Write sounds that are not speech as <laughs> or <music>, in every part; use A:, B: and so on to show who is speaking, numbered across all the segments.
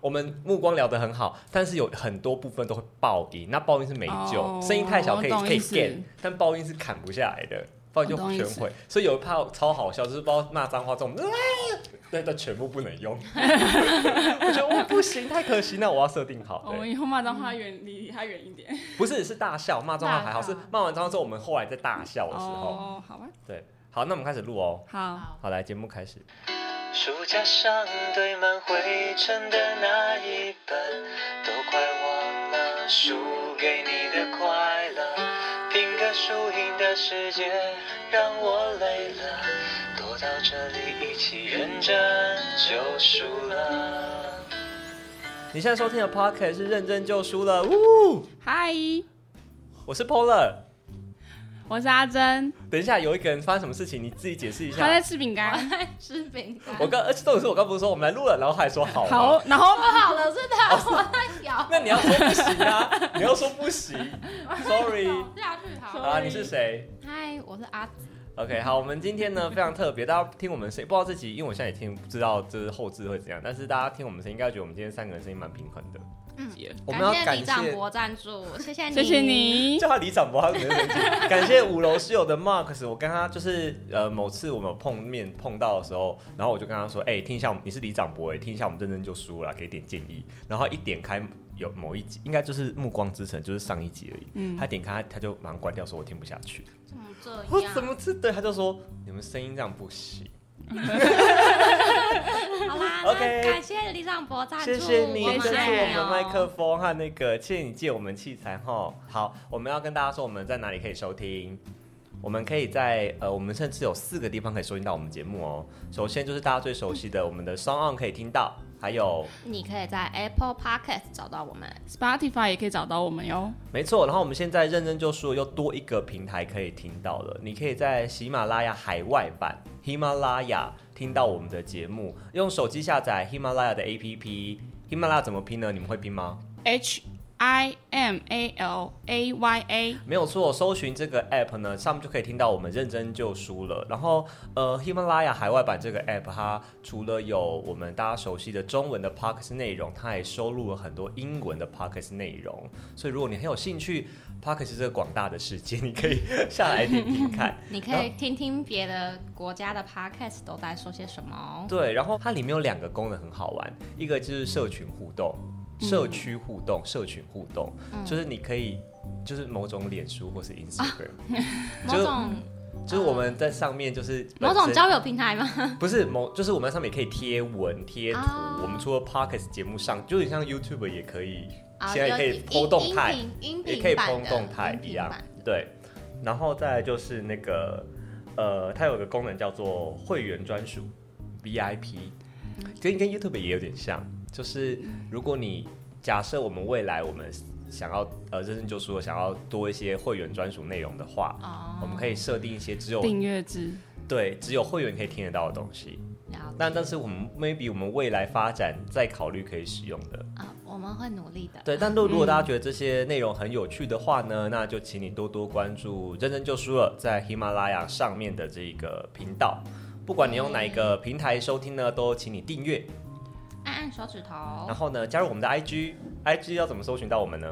A: 我们目光聊得很好，但是有很多部分都会爆音，那爆音是没救，
B: 哦
A: 声音太小可以
B: 我懂
A: 可以
B: 意思
A: get，但爆音是砍不下来的，爆音就
B: 我懂意
A: 全
B: 思
A: 毁。所以有一怕超好笑，就是不知道骂脏话这种， <laughs> 啊对的全部不能用。我觉得我不行，太可惜，那我要设定好。
B: 哦我
A: 对
B: 们以后骂脏话远离他远一点。
A: 不是是大笑，骂脏话还好，
B: 大笑
A: 是骂完脏话之后，我们后来在大笑的时候，
B: 哦，好吧，
A: 对，好，那我们开始录哦。
B: 好，
A: 好，来节目开始。
C: 书架上堆满灰尘的那一本，都快忘了输给你的快乐。拼个输赢的世界让我累了，躲到这里一起认真就输了。
A: 你现在收听的 podcast 是认真就输了，呜，
B: 嗨，
A: 我是 Polar。
B: 我是阿珍，
A: 等一下，有一个人发生什么事情，你自己解释一
B: 他
A: 下
B: 在。吃饼干。
D: 吃饼干。
A: 我刚，而且重点是我刚不是说我们来录了，然后还说好吗
B: 好，然后
D: 不好了，是
A: <laughs>
D: 他我在咬。
A: 那你要说不行 <laughs> 啊，你要说不行，sorry
D: 走下去好了。
A: 啊，你是谁
D: 嗨，我是阿紫。
A: ？OK，好，我们今天呢非常特别，大家听我们声音，不知道这集，因为我现在也听不知道就是后置会怎样，但是大家听我们声音，应该觉得我们今天三个人声音蛮平衡的。
D: 嗯
A: 我们要
D: 感
A: 感
D: 李长
A: 谢。
D: 博赞助，谢谢你，
B: 谢
A: <laughs>
B: 谢。你。
A: 叫他李长博，他没哎生气。感谢五楼室友的 Marks，我跟他就是呃某次我们有碰面碰到的时候，然后我就跟他说，哎、听一下我们你是李长博，哎，听一下我们认真就输了，给点建议。然后一点开有某一集，应该就是《暮光之城》，就是上一集而已。
B: 嗯
A: 他点开他就马上关掉，说我听不下 <laughs> 去。
D: 怎么这
A: 我 <laughs>
D: 样
A: 怎？么这对？他就说你们声音这样不行。
D: 好啦
A: OK
D: 那感谢李长博赞助，
A: 谢谢你，
D: 我
A: 谢
D: 们
A: 谢
D: 爱
A: 我
D: 你
A: 们
D: 哦。
A: 麦克风和那个，谢谢你借我们器材哈。好，我们要跟大家说我们在哪里可以收听。我们可以在呃，我们甚至有四个地方可以收听到我们节目哦。首先就是大家最熟悉的我们的 s o n On 可以听到，还有
D: 你可以在 Apple Podcast 找到我们，
B: Spotify 也可以找到我们哟。
A: 没错，然后我们现在认真就说又多一个平台可以听到了，你可以在喜马拉雅海外版喜马拉雅听到我们的节目，用手机下载喜马拉雅的 APP。喜马拉雅怎么拼呢？你们会拼吗？
B: H I M A L A Y A，
A: 没有错，搜寻这个 app 呢，上面就可以听到我们认真就输了。然后，呃，喜马拉雅海外版这个 app，它除了有我们大家熟悉的中文的 podcast 内容，它也收录了很多英文的 podcast 内容。所以，如果你很有兴趣 podcast 这个广大的世界，你可以下来听听
D: <laughs>
A: 看。
D: 你可以听听别的国家的 Podcast 都在说些什么哦。
A: 对，然后它里面有两个功能很好玩，一个就是社群互动、
D: 嗯
A: 社区互动、社群互动，就是你可以就是某种脸书
D: <laughs>
A: 或是 Instagram，、
D: 某种
A: 就是我们在上面就是
D: 某
A: 本
D: 种
A: 身
D: 交友平
A: <laughs>
D: 台吗？
A: 不是某，就是我们在上面也可以贴文、贴图。
D: 啊
A: 我们除了 podcast 节目上，就有点像 YouTube 也可以，
D: 啊
A: 现在也可以
D: 有
A: 剖动态
D: 音音频
A: 也
D: 音
A: 可以
D: 频版
A: 碰
D: 的
A: 动态
D: 音频
A: 一样
D: 版。
A: 对，然后再来就是那个，呃，它有个功能叫做会员专属 VIP，跟跟 YouTube 也有点像，就是如果你假设我们未来我们想要呃认真就说想要多一些会员专属内容的话，
D: 哦，
A: 我们可以设定一些只有
B: 订阅制。
A: 对只有会员可以听得到的东西。
D: 了解
A: 那但是我们 maybe 我们未来发展再考虑可以使用的。
D: 啊，我们会努力的。
A: 对，但如如果大
D: 嗯
A: 家觉得这些内容很有趣的话呢，那就请你多多关注“认真就输了”在喜马拉雅上面的这个频道。不管你用哪一个平台收听呢，都请你订阅。
D: 按按手指头
A: 然，后呢，加入我们的 IG，IG 要怎么搜寻到我们呢？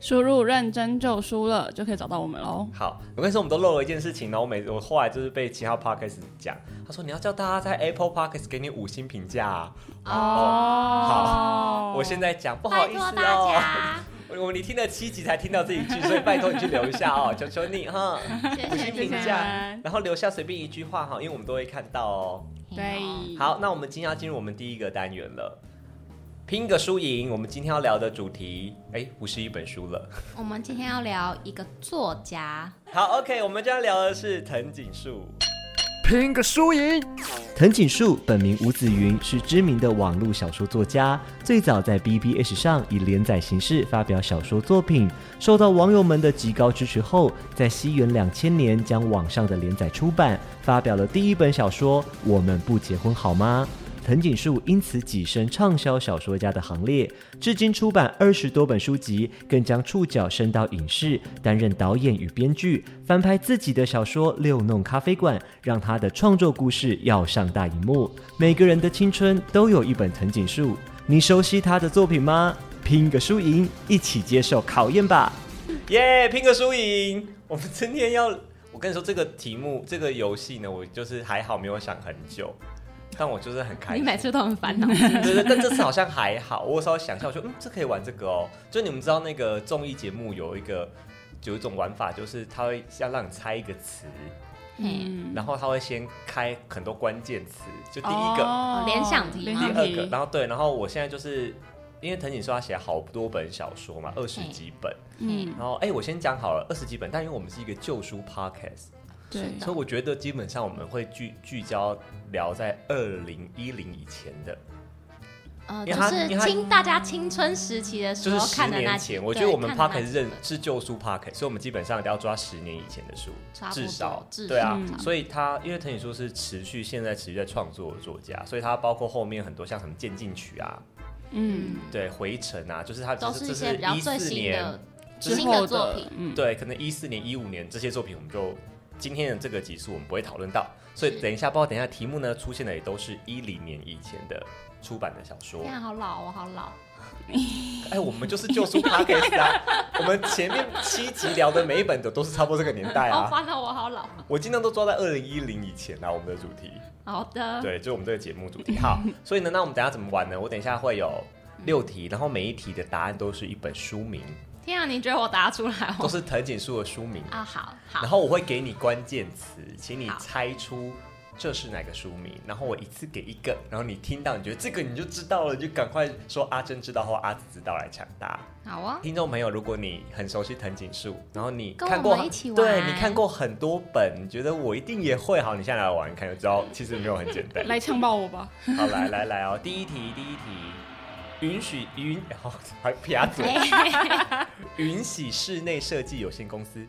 B: 输入认真就输了，就可以找到我们喽。
A: 好，我跟你说，我们都漏了一件事情，然后我每我后来就是被其他 podcast 讲，他说你要叫大家在 Apple podcast 给你五星评价、啊。
B: 哦，
A: 我现在讲，不好
D: 拜
A: 意思
D: 托
A: 哦。
D: 大家，
A: 我们你听了七集才听到这一句，所以拜托你去留一下哦，求求你哈，
D: 谢
A: 五
D: 谢
A: 星
D: 你
A: 评
D: 们。
A: 价，然后留下随便一句话哈，因为我
D: 嗯
A: 们都会看到哦。
B: 对，
A: 好，那我们今天要进入我们第一个单元了，拼个输赢。我们今天要聊的主题，哎，不是一本书了。
D: 我们今天要聊一个作家，
A: 好，OK，我们今天聊的是藤井树。
E: 拼个输赢。
F: 藤井树本名吴子云，是知名的网络小说作家，最早在 BBS 上以连载形式发表小说作品，受到网友们的极高支持后，在西元两千年将网上的连载出版，发表了第一本小说《我们不结婚好吗》。藤井树因此跻身畅销小说家的行列，至今出版二十多本书籍，更将触角伸到影视，担任导演与编剧，翻拍自己的小说《六弄咖啡馆》，让他的创作故事要上大荧幕。每个人的青春都有一本藤井树，你熟悉他的作品吗？拼个输赢，一起接受考验吧！
A: 耶拼个输赢。我们今天要，我跟你说这个题目，这个游戏呢，我就是还好没有想很久，但我就是很开
D: 你
A: 心。
D: 每次都很烦恼。
A: 对对，但这次好像还好。我稍微想一下，我说嗯，这可以玩这个哦。就你们知道那个综艺节目有一个有一种玩法，就是它会要让你猜一个词，
D: 嘿，
B: 嗯，
A: 然后它会先开很多关键词，就第一个、
B: 哦
D: 联想题
B: 联
D: 吗
A: 第
B: 想
A: 二
B: 题
A: 个，然后对，然后我现在就是因为藤井说他写好多本小说嘛，二十
D: 嗯
A: 几本。
B: 嗯，
A: 然后哎，我先讲好了，二十几本，但因为我们是一个旧书 podcast，
B: 对，
D: 嗯
A: 所以我觉得基本上我们会聚聚焦聊在二零一零以前的。
D: 哦呃，
A: 因为
D: 就
A: 他
D: 是
A: 因为他
D: 青大家青春时期的时
A: 就是
D: 候
A: 十
D: 看的那
A: 年
D: 几，
A: 前，我觉得我们 p a r k
D: 是
A: 认是旧书 p a r k 所以我们基本上都要抓十年以前的书
D: 差，不多
A: 至少
D: 至
A: 对啊。
D: 少嗯
A: 所以他因为藤井树是持续现在持续在创作的作家，所以他包括后面很多像什么渐进曲啊，
B: 嗯，
A: 对回程啊，就是他
D: 都
A: 这
D: 是
A: 这
D: 一些比较
A: 一
D: 最
A: 四
D: 新
A: 年
D: 的
B: 之
D: 新
B: 后
D: 的作品，
B: 嗯，
A: 对，可能一四年、一五年这些作品，我们就今天的这个集数我们不会讨论到，所以
D: 是
A: 等一下，包括等一下题目呢出现的也都是一零年以前的出版的小说
D: 天。啊，好老哦，好老。
A: 哎，我们就是旧书 p o d c a s 啊，我们前面七集聊的每一本的都是差不多这个年代
D: 哦，
A: 啊，
D: 烦恼我好老。
A: 我尽量都抓在二零一零以前啊，我们的主题，
D: 好的，
A: 对，就是我们这个节目主题。好，所以呢，那我们等一下怎么玩呢？我等一下会有六题，然后每一题的答案都是一本书名，
D: 天啊，你觉得我答出来
A: 都
D: 哦？
A: 是藤井树的书名。
D: 啊，好
A: 然
D: 好，
A: 后我会给你关键词，请你
D: 好
A: 猜出这是哪个书名，然后我一次给一个，然后你听到你觉得这个你就知道了，你就赶快说阿珍知道或阿紫知道来抢答。
D: 好
A: <laughs>
D: 哦。
A: 听众朋友，如果你很熟悉藤井树，然后你
D: 跟
A: 看
D: 我
A: 过
D: 们一
A: <laughs>
D: 起
A: 对
D: 玩
A: 你看过很多本，你觉得我一定也会，好，你现在来玩看就知道，其实没有很简 <laughs> 单。
B: 来呛爆我吧，
A: 好，来来来哦，第一题，第一题。允许允，好、还撇 <laughs> 嘴。允许室内设计有限公司，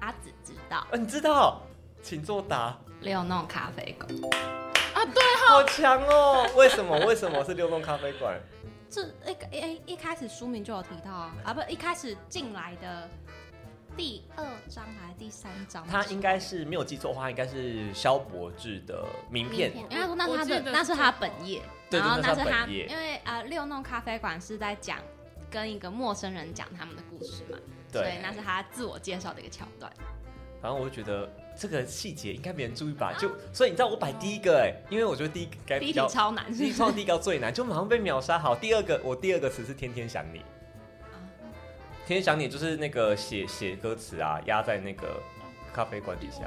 D: 阿紫知道，
A: 啊，你知道，请作答。
D: 六弄咖啡馆，
A: 好强哦！为什么？为什么是六弄咖啡馆？
D: 这那个一一开始书名就有提到啊，啊不，一开始进来的第二章还是第三章的时候？
A: 它应该是没有记错的话，应该是萧伯志的名片。
D: 因为他说那是他
B: 我记
D: 的
B: 得
D: 那是他本业，
A: 对对
D: 然后
A: 那是他
D: 是他，
A: 本业
D: 因为呃六弄咖啡馆是在讲跟一个陌生人讲他们的故事嘛，
A: 对
D: 所以那是他自我介绍的一个桥段。
A: 反正我就觉得这个细节应该没人注意吧？就所以你知道我摆第一个哎、因为我觉得第一个该
D: 第
A: 比
D: 一题
A: 较，
D: 超难，
A: 第一创第一个最难，就马上被秒杀。好，第二个我第二个词是天天想你。哦天天想你就是那个写写歌词啊，压在那个咖啡馆底下。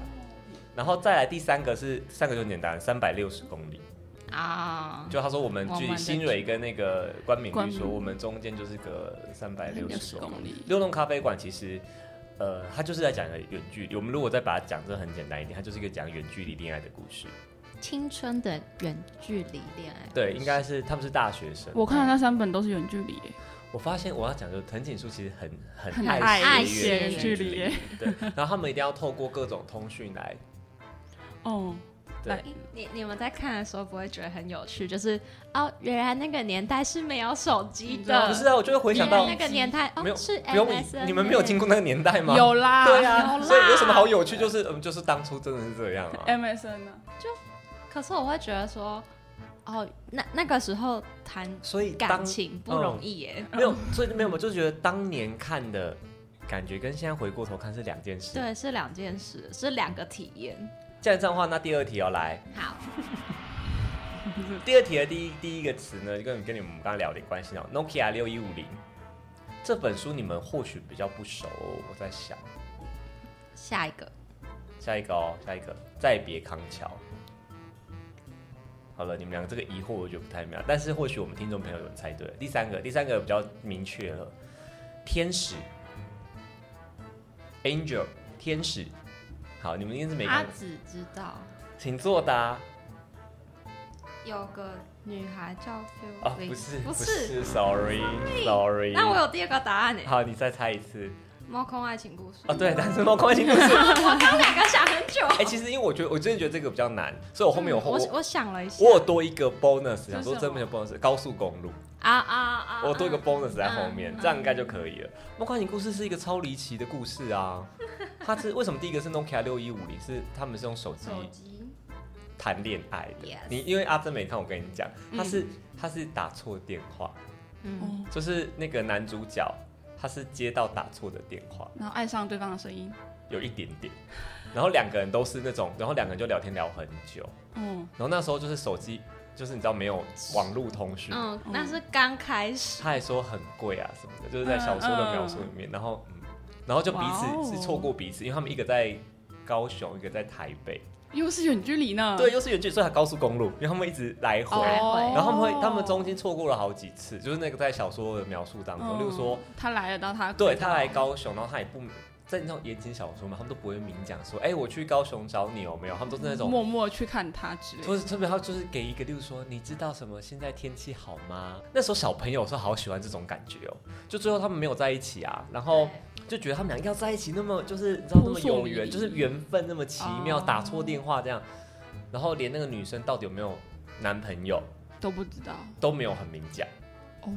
A: 然后再来第三个是第三个就很简单，三百六十公里。
D: <laughs> 啊，
A: 就他说我们距
B: 我
A: 离
B: 们的
A: 新蕊跟那个关敏
B: 关
A: 玉
B: 敏
A: 说，我们中间就是隔三百六
B: 六
A: 十
B: 十
A: 公里。
B: 公里，
A: 六弄咖啡馆其实，呃，它就是在讲一个远距离。我们如果再把它讲的很简单一点，它就是一个讲远距离恋爱的故事。
D: 青春的远距离恋爱，
A: 对，应该是他们是大学生。
B: 我看的那三本都是远距离耶，
A: 我发现我要讲就是藤井树其实很很
B: 很
D: 爱
A: 写
D: 写
A: 远
D: 远
A: 距
B: 距离耶
A: 对，然后他们一定要透过各种通讯来。
B: 哦，
A: 对
D: 哎你你们在看的时候不会觉得很有趣？就是哦，原来那个年代是没有手机
B: 嗯
D: 的，
A: 不是啊，我就会回想
D: 原
A: 到
D: 来那个年代
A: 没有
D: 哦是
A: 不用
D: MSN，
A: 你们没有经过那个年代吗？
B: 有啦，呃
A: 对啊，
D: 有啦
A: 所以有什么好有趣？就是嗯，就是当初真的是这样啊。
B: ，MSN 呢？
D: 可是我会觉得说，哦，那那个时候谈
A: 所以当
D: 感情不容易耶。
A: 没有，所以没有，我就觉得当年看的感觉跟现在回过头看是两件事。，
D: 对，是两件事，是两个体验。
A: 既然这样的话，那第二题要来。
D: 好，
A: <laughs>
D: <laughs>
A: 第二题的第一第一个词呢，跟跟你们刚刚聊的关系哦，Nokia 六一五零这本书你们或许比较不熟哦、我在想
D: 下一个
A: 下一个哦，下一个再别康桥，好了，你们两个这个疑惑我觉得不太妙，但是或许我们听众朋友有人猜对了。第三个，第三个比较明确了，天使，angel，天使。好，你们一定是没
B: 阿
A: 看，
B: 紫知道
A: 请作答。
D: 有个女孩叫
A: 哦
D: Phil，，
A: 不是，
D: 不是。
A: 是，sorry，sorry。
D: 那我有嗯第二个答案呢，
A: 好，你再猜一次。
D: 《猫空爱情故事》
A: 哦，。对，但是猫 <laughs> 空心故事。
D: <laughs> 我刚两个想很久。
A: 哎，其实因为我觉得我真的觉得这个比较难，所以我后面有后
D: 嗯我
A: 我
D: 我想了一下
A: 我，有多一个 bonus，想说
B: 什
A: 真没有 bonus，高速公路。
D: 啊啊啊！
A: 我多一个
D: 啊
A: bonus 在后面，
D: 嗯
A: 这样应该就可以了。梦幻影故事是一个超离奇的故事啊！它是为什么第一个是 Nokia 六一五零？是他们是用手机
D: 手机
A: 谈恋爱的
D: Yes。
A: 你因为阿珍没看，我跟你讲，
B: 嗯
A: 他是他是打错电话，
D: 嗯，
B: 哦
A: 就是那个男主角他是接到打错的电话，
B: 然后爱上对方的声音。
A: 有一点点，然后两个人都是那种，然后两个人就聊天聊很久，
B: 嗯，
A: 然后那时候就是手机就是你知道没有网络通讯，
D: 嗯，那是刚开始。
A: 他还说很贵啊什么的，就是
B: 嗯
A: 在小说的描述里面，然后嗯，然后就彼
B: 哇哦
A: 此是错过彼此，因为他们一个在高雄，一个在台北，
B: 又是远距离呢。
A: 对，，又是远距离，所以还高速公路，因为他们一直来回，
B: 嗯哦
A: 然后他们会他们中间错过了好几次，就是那个在小说的描述当中，
B: 嗯
A: 例如说，
B: 他来了，然后他
A: 对他来高雄，然后他也不。在那种言情小说嘛，他们都不会明讲说，哎、我去高雄找你有没有？他们都是那种
B: 默默去看他之类的。
A: 不是特别好，就是给一个，例如说，你知道什么？现在天气好吗？那时候小朋友是好喜欢这种感觉哦。就最后他们没有在一起啊，然后就觉得他们俩要在一起，那么就是你知道那
B: 扑
A: 么
B: 朔
A: 有
B: 迷
A: 缘，
B: 离
A: 就是缘分那么奇妙，
B: 哦
A: 打错电话这样，然后连那个女生到底有没有男朋友
B: 都不知道。
A: 都没有很明讲。
B: 哦，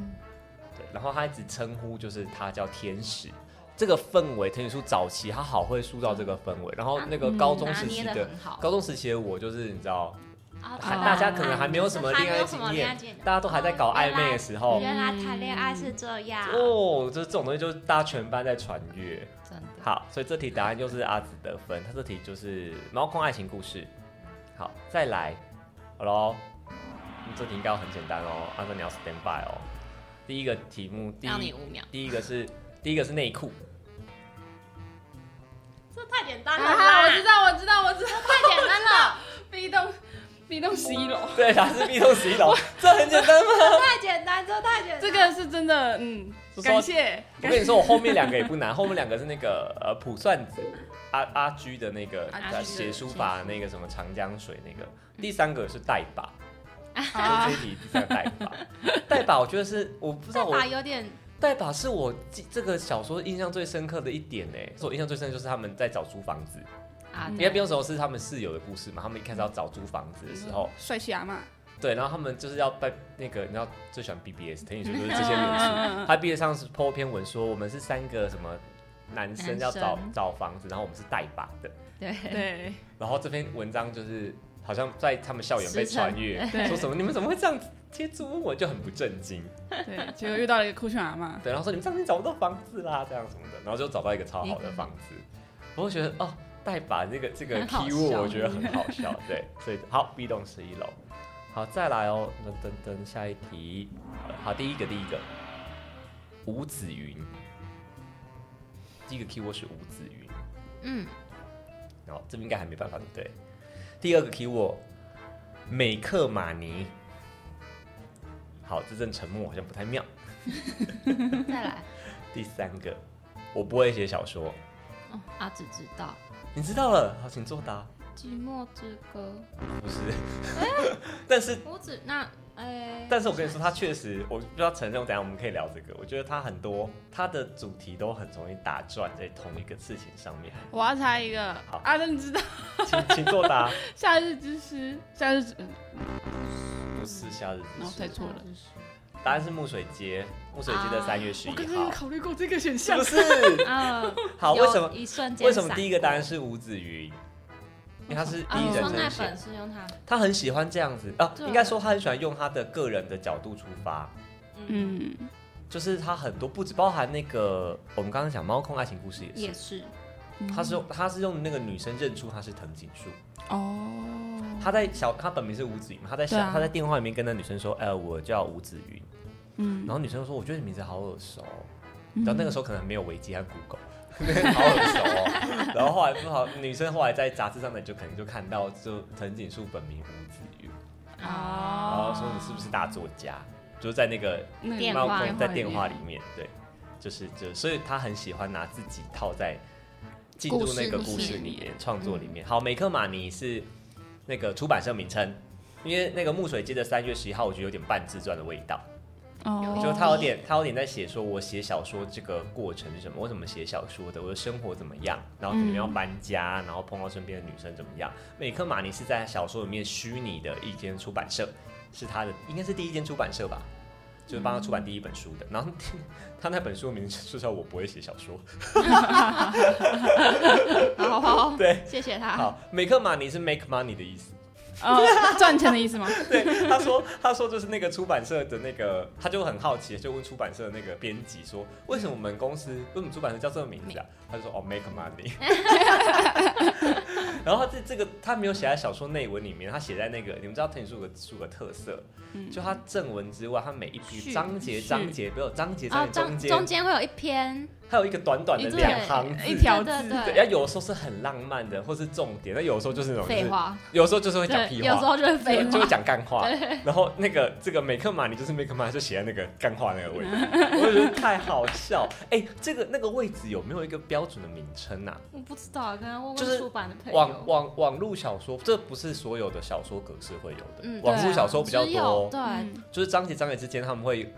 A: 对，然后他一直称呼就是他叫天使。这个氛围，藤井树早期他好会塑造这个氛围，然后那个
B: 嗯
A: 高中
D: 拿
A: 时期
D: 捏
A: 的
D: 得很好
A: 高中时期的我就是你知道，
D: 啊
A: 还
B: 哦
A: 大家可能还没有什么恋爱经验，大家都还在搞暧昧的时候，
D: 原来谈恋爱是这样，
A: 哦，就是这种东西就是大家全班在传阅。
D: 真的。
A: 好，所以这题答案就是阿紫得分，他这题就是猫空爱情故事。好，再来，好喽，嗯这题应该很简单哦，阿紫你要 stand by 哦。第一个题目，第
D: 让你
A: 一
D: 五秒，
A: 第一个是第一个是内裤，
D: 这太简单了
B: 啊，
D: 啦，
B: 我知道，我知道，我知道，
D: 太简单了，
B: B 栋，B 栋十一楼，
A: 对，它是 B 栋十一 <laughs> 楼，这很简单吗？
D: <laughs> 太简单，这太简单。
B: 这个是真的，嗯，
A: 是说
B: 感谢，
A: 我跟你说，我后面两个也不难，后面两个是那个呃卜算子阿阿居的那个
B: 阿居
A: 呃
B: 的嗯
A: 写书法那个什么长江水那个，第三个是代把，
B: 啊
A: 就这一题第三个代把，代把我觉得是我不知道我
D: 法有点
A: 代把是我记这个小说印象最深刻的一点呢，是我印象最深的就是他们在找租房子，
D: 啊，
B: 嗯
A: 因为那时候是他们室友的故事嘛，他们一开始要找租房子的时候，
B: 帅气阿妈，
A: 对，然后他们就是要拜那个，你知道最喜欢 BBS，等于就是这些元素。
B: <laughs> 嗯
A: 他毕业上是 po 篇文说，我们是三个什么男生
D: 男生
A: 要找找房子，然后我们是代把的。
D: 对，
B: 嗯对
A: 然后这篇文章就是好像在他们校园被传
D: <laughs>
A: 阅，
B: 对
A: 说什么你们怎么会这样子贴租我就很不震惊。
B: 对，结果遇到了一个酷炫阿
D: 啊
B: 妈，
A: 对，然后说你们上次找不到房子啦，这样什么的，然后就找到一个超好的房子。我就觉得哦，代把这个这个
D: 嗯很好
A: keyword
D: 笑
A: 我觉得很好笑，
D: <laughs>
A: 对，所以好 B 栋十一楼，好再来哦，等等等下一题，好第一个第一个，吴子云，第一个 keyword 是吴子云，
D: 嗯，
A: 然哦后这边应该还没办法对不对？第二个 keyword 美克马尼，好，这阵沉默好像不太妙。
D: 再来，
A: <laughs> 第三个，我不会写小说，
D: 哦，阿紫知道
A: 你知道了，好，请作答。
D: 《寂寞之歌
A: 不是，
B: 哎
A: 但是》，
D: 我只那哎，
A: 但是我跟你说，他确实，我就要承认，等一下我们可以聊这个。我觉得他很多他的主题都很容易打转在同一个事情上面。
B: 我要猜一个
A: 好，
B: 阿珍你知道
A: 请请作答，
B: 夏日之诗，夏日之，嗯
A: <laughs> 不是夏日
B: 然
A: 之
B: 后猜
A: 诗，
B: 错了，
A: 答案是木水街，木水街的
D: 啊
A: 三月十
B: 哦我
A: 一
B: 刚刚有
A: 号，
B: 考虑过这个选
A: 是
B: 项
A: 不，是？
D: 啊，
A: <laughs> 好，为
D: 有
A: 什么
D: 一瞬间
A: 为什么第一个
D: 闪
A: 答案是吴子云？因为他是第
D: 过啊？
A: 一
D: 你
A: 人
D: 说那
A: 称写
D: 本，是用它，
A: 他很喜欢这样子啊，
D: 对
A: 应该说他很喜欢用他的个人的角度出发。
D: 嗯，
B: 嗯，
A: 就是它很多不止包含那个我们刚刚讲猫空爱情故事也
D: 也嗯
A: 是，
D: 是
A: 它是用它是用那个女生认出她是藤井树，
B: 哦，
A: 她在小她本名是吴子云嘛，她在小
B: 对啊
A: 她在电话里面跟那女生说，哎、我叫吴子云，
B: 嗯
A: 然后女生说我觉得你名字好耳熟，
B: 嗯
A: 然后那个时候可能没有维基和 Google。好 <laughs> 耳熟、哦，然后后来不好，女生后来在杂志上面就可能就看到，就藤井树本名吴子云，然后说你是不是大作家，就是在那个
B: 那
D: 电
A: 麦克
D: 话
A: 风在嗯电
B: 里
A: 话
B: 面
A: 里面，对，就是就所以他很喜欢拿自己套在进入那个
B: 故事
A: 故事
B: 里
A: 里
B: 面
A: 面、创作里面。好，美克马尼是那个出版社名称，因为那个木水街的三月十一号，我觉得有点半自传的味道，
B: 哦，
A: 就他有点他有点在写说我写小说这个过程是什么，我怎么写小说的，我的生活怎么样，然后可能要搬家，然后碰到身边的女生怎么样。美克马尼是在小说里面虚拟的一间出版社，是他的应该是第一间出版社吧。就是帮他出版第一本书的，然后 <laughs> 他那本书名字就叫《我不会写小说》，
B: 好好，
A: <laughs> 对，
B: 谢谢
D: 啊
B: 他。
A: 好，美克马尼是 make money 的意思。
B: 呃，赚钱的意思 <laughs> 吗？
A: 对，他说，他说就是那个出版社的那个，他就很好奇，就问出版社的那个编辑说，为什么我们公司，为什么出版社叫这个名字啊？他就说，哦，make money。然后他这这个他没有写在小说内文里面，他写在那个你们知道藤井树有个树有个特色，就他正文之外，他每一批
B: 序
A: 章节
B: 序
A: 章节没有章节
D: 啊，
A: 在中
D: 中
A: 间，
D: 中间会有一篇
A: 还有一个短短的
D: 一
A: 两行
D: 对
A: 字
B: 一条
D: 对
B: 字
D: 对
A: 对，
D: 对
A: 要有时候是很浪漫的，或是重点，那有时候就是那种就是
D: 废，话，
A: 有时候哦就是会讲
D: 对，
A: 屁话，
D: 有时候就是
A: 就
D: 废
A: 会
D: 话，
A: 就会讲干话，然后那个这个美克马尼就是美克马尼就写在那个干话那个
D: <laughs>
A: 位置，我就觉得太好笑。哎、这个那个位置有没有一个标准的名称啊？
D: 我不知道，刚刚问
A: 就是
D: 问出版的朋
A: 网
D: 友，
A: 网网络小说，这不是所有的小说格式会有的，
D: 嗯
A: 网络
D: 对啊
A: 小说比较
D: 只
A: 多
D: 有
A: 哦，
D: 对，
B: 嗯
A: 就是章节章节之间他们会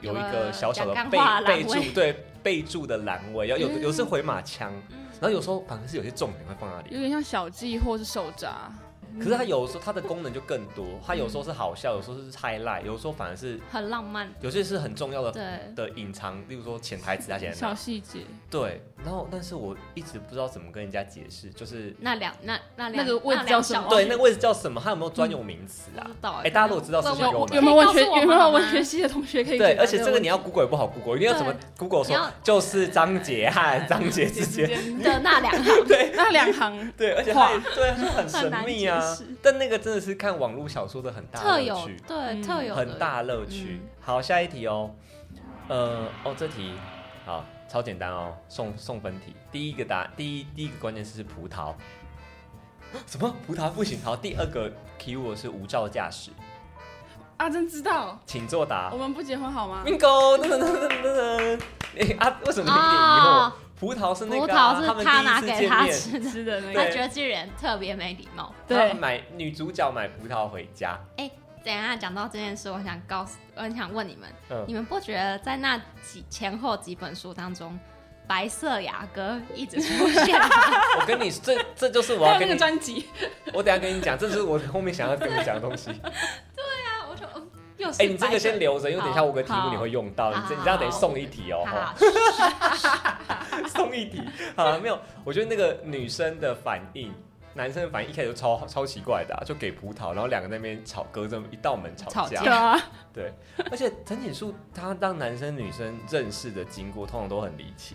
A: 有一
D: 有
A: 个
D: 个
A: 小小的
D: 讲
A: 备
D: 干话
A: 备
D: 栏位
A: 注，对备注的栏位，啊要有有是回马枪，
D: 嗯
A: 然后有时候反而是有些重点会放那里
B: 有。点像小记或是手札，
A: 可是它有时候它的功能就更多，它有时候是好笑，有时候是 highlight，有时候反而是
D: 很浪漫，
A: 有些是很重要的
D: 对，
A: 的隐藏，例如说潜台词啊，写在
B: 小
A: 哪
B: 细节，
A: 对，然后但是我一直不知道怎么跟人家解释，就是
D: 那两那那两
B: 那个位置
D: 两
B: 叫什么
D: 小
A: 对那个位置叫什么，它有没有专有名词
D: 不
A: 啊
D: 知？道
A: 哎大家如果知道
D: 可能
A: 私信给我
D: 问
A: 们
B: 有没有文学
D: 可以告嗯诉我
B: 有没
D: 们
B: 有
D: 好吗
B: 文学系的同学可以
A: 对，
B: 解答
A: 而且这个
B: 问
A: 你
B: 题
A: 要 Google 也不好 Google，你要
D: 对
A: 怎么 Google
D: 你要
A: 说就是张杰和张杰之
D: <laughs>
B: 之
A: 间，
B: 间
D: 的那两行，
B: <laughs>
A: <laughs>
B: 那两行
A: 对，而且
B: 话
A: 它也对，它就很
D: 很难
A: 神秘啊
D: 解释。
A: 但那个真的是看网络小说的很大
D: 特
A: 乐
D: 有
A: 趣，
D: 对
B: 嗯
D: 特有的
A: 很大乐趣
D: 嗯。
A: 好，下一题哦，呃，哦，这题好，超简单哦，送送分题。第一个答，第一第一个关键词是葡萄，什么葡萄不行？好，第二个 keyword 是无照驾驶，
B: 啊，真知道。
A: 请作答
D: 哦
A: <laughs>
B: 我。们不结婚好 <laughs> 吗？
A: bingo，噔噔噔噔噔噔。哎啊，为什么你有点疑惑
D: 哦？
A: 葡萄是那
D: 葡
A: 个啊、
D: 萄
A: 他
D: 是
A: 们
D: 他拿
A: 第一次
D: 给
A: 见
D: 他
A: 面，
D: 吃
A: <laughs>
D: 的，
B: 吃的那
D: 他
B: 个
D: 觉得这人特别没礼貌。哎
A: 他
B: 对，
A: 买女主角买葡萄回家，
D: 等一下讲到这件事，我想告诉，我很想问你们，
A: 嗯
D: 你们不觉得在那几前后几本书当中，白色雅歌一直出现
B: <laughs>
D: 吗？
A: 我跟你这这就是我
B: 还
A: 要
B: 有那
A: 跟
D: <laughs>
B: 个
A: 你，
B: 专辑，
A: 我等一下跟你讲，这是我后面想要跟你讲的东西。
D: 我就嗯又是
A: 哎、你这
D: 白
A: 个
D: 色
A: 先留着，因为等一下我有个题目
D: 好
A: 你会用到，你
D: 好
A: 这你这样等于送一题哦，
D: 好好，
A: 哈 <laughs> 送一题。好了，没有，我觉得那个女生的反应，男生的反应一开始就超超奇怪的啊、就给葡萄，然后两个在那边吵，隔着一道门吵
D: 吵
A: 架。
D: 架
B: 对啊，
A: <laughs> 对，而且藤井树他让男生女生认识的经过通常都很离奇，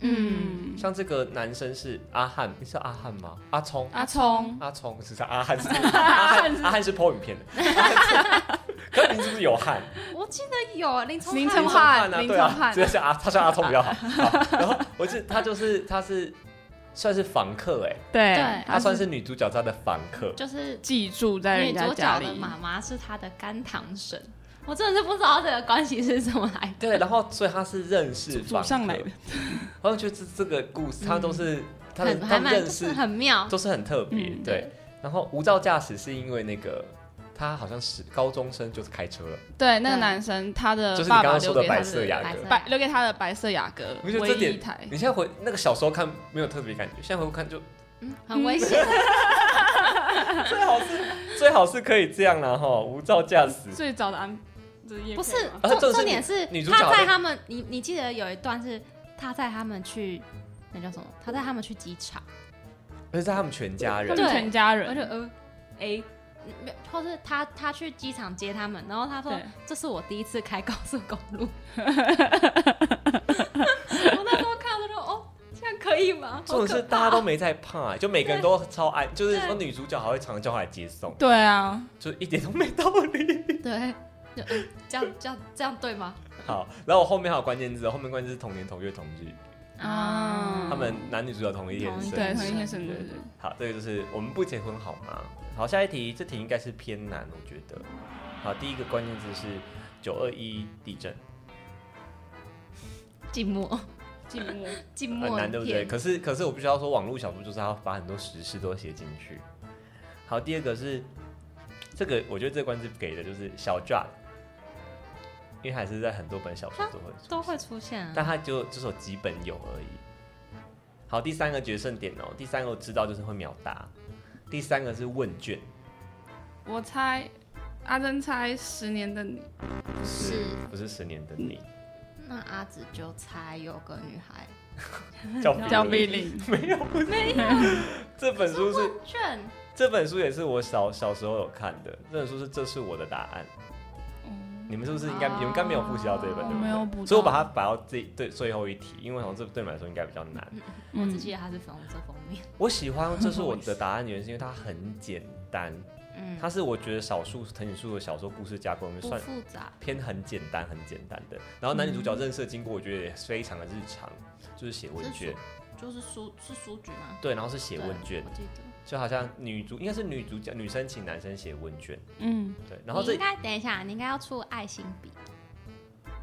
B: 嗯，
A: 像这个男生是阿汉，你是阿汉吗？阿聪。
B: 阿聪，
A: 阿聪是阿汉
D: <laughs>
A: 是阿汉，阿汉是 PO 影片的， <laughs> 阿汉是可是名字是不是有汉？
D: 嗯我记得有林冲
B: 林
D: 汉
B: 冲
D: 吗
B: 汉
A: 啊，
B: 林
A: 对
B: 冲
A: 啊，
B: 汉
A: 直接像阿，他像阿聪比较好。好然后我是他就是他是算是房客哎，
B: 对
D: 对
A: 他算是女主角家的房客，
D: 就是
B: 寄住在
D: 女
B: 人家
D: 主
B: 家
D: 角
B: 里
D: 的，妈妈是她的干堂婶，我真的是不知道这个关系是怎么来的。
A: 对，然后所以他是认识
B: 煮
A: 房客，
B: 上来的
A: 然，后就这这个故事，他都是 <laughs> 他的
D: 很还
A: 他们
D: 蛮
A: 认
D: 就
A: 识
D: 是很妙，
A: 都是很特别
B: 嗯
A: 对。然后无照驾驶是因为那个他好像是高中生就是开车了，
B: 对，那个
D: 对
B: 男生他
A: 就
B: 的
A: 是你
B: 爸
A: 刚
B: 呃爸
A: 刚说的
B: 留给他
A: 白
B: 的
A: 色雅
D: 白
A: 阁
D: 色。
B: 白留给他的白色雅阁
A: 我觉得
B: 唯
A: 这
B: 一
A: 点
B: 台
A: 你现在回那个小时候看没有特别感觉，现在回看就
D: 嗯很危险。
A: 最好是最好是可以这样了哈，无照驾驶。
B: 最早的安，这业配
D: 不是
B: 吗
A: <laughs> 啊
D: 重
A: 这是
D: 重点是
A: 女主角
D: 他在他们，你你记得有一段是他在他们去那叫什么？他带他们去机场，
A: 而是他们全家
B: 他
A: 人，
B: 们
D: 对
B: 全家
D: 而
B: 人
D: 且呃 A。嗯没有或是他他去机场接他们，然后他说
B: 对
D: 这是我第一次开高速公
B: <laughs>
D: 路， <laughs> 我那时候看到就说哦，这样可以吗？
A: 重点是大家都没在怕、欸就每个人都超安，就是
D: 对
A: 说女主角还会常常叫她来接送，
B: 对啊，
A: 就一点都没道理。
D: 对，就呃这样这样这样对吗？
A: 好，然后我后面还有关键字哦，后面关键字是同年同月同日，
B: 啊
D: 啊
A: 他们男女主角同一天
D: 嗯同
A: 生
D: 一
B: 嗯对，
D: 天
B: 同一
A: 日。
B: 天生日，
A: 好，这个就是我们不结婚好吗？好，下一题，这题应该是偏难，我觉得。好，第一个关键字是九二一地震，
D: 静默，
B: 静默。
D: 静默
A: 很难，
D: 一
A: 对不对？
D: 片
A: 可是可是我必须要说，网络小说就是要把很多时事都写进去。好，第二个是这个，我觉得这个关键字给的就是小 j 因为还是在很多本小说都会出
D: 都会
A: 现
D: 出现
A: 但它
D: 啊。
A: 就只有几本有而已。好，第三个决胜点哦，第三个我知道就是会秒答。第三个是问卷，
B: 我猜，阿珍猜《十年的你》
A: 不是不是十年的你，
D: 那阿紫就猜有个女孩
A: 叫
B: 叫
A: 比
B: 比
A: 利，
B: 林，
A: 没有不是没有，这本书是
D: 卷，
A: 这本书也是我小小时候有看的，这本书是《这是我的答案》。你们是不是应该、
D: 哦
A: 你们应该没有复习到这一本？对不对
B: 没有补
A: <laughs>
B: 到
A: 所以我把它摆到最最最后一题，因为好像这对你们来说应该比较难。
D: 嗯
B: 嗯
D: 我只记得她是粉红色封面。
A: 我喜欢《这是我的答案》，原因是因为它很简单，
D: 嗯，
A: 它是我觉得少数藤井树的小说故事架构里面
D: 不
A: 算
D: 复杂，
A: 偏很简单、很简单的。然后男女主角认识的经过，我觉得也非常的日常，就是写问
D: 是
A: 卷
D: 书，就是书是书局吗？
A: 对，然后是写
D: 对
A: 问卷
D: 我，记得。
A: 就好像女主应该是女主角女生请男生写问卷，
B: 嗯，
A: 对，然后
D: 你
A: 这
D: 应该等一下，你应该要出爱心笔，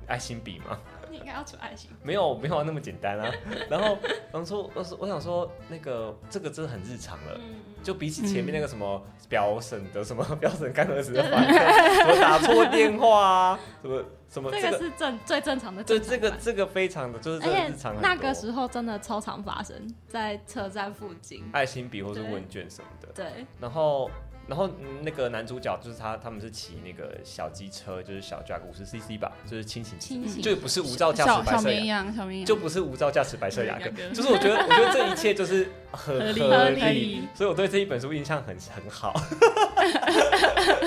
A: 爱心笔吗？
D: 你应该要出爱心笔。
A: 没有 <laughs> 没有那么简单啊。然后当初我说我想说那个这个真的很日常了。
D: 嗯
A: 就比起前面那个什么表婶的什么 <laughs> 表婶干儿子的反
D: <laughs>
A: 正什么打错电话啊，什么什么
D: 这
A: 这
D: 个
A: 个，
D: 是正最正常的
A: 这
D: 正常
A: 这
D: 版，
A: 个这个非常的就是真的
D: 而
A: 日
D: 且
A: 常很
D: 那
A: 多
D: 个时候真的超常发生在车站附近。
A: 爱心笔或是问卷什么的，
D: 对，
A: 然后。然后嗯那个男主角就是他，他们是骑那个小机车，就是小 j a g 五十 CC 吧，就是轻型机车，
D: 清醒
A: 就不是无照驾驶
B: 小
A: 白
B: 小
A: 色
B: 绵
A: 羊，
B: 羊，小绵羊
A: 就不是无照驾驶白 <laughs> 色雅阁，
B: 雅阁
A: 就是我觉得，我觉得这一切就是很
B: 合理
A: 合
B: 合
A: 理
B: 理，
A: 所以我对这一本书印象很很好， <laughs>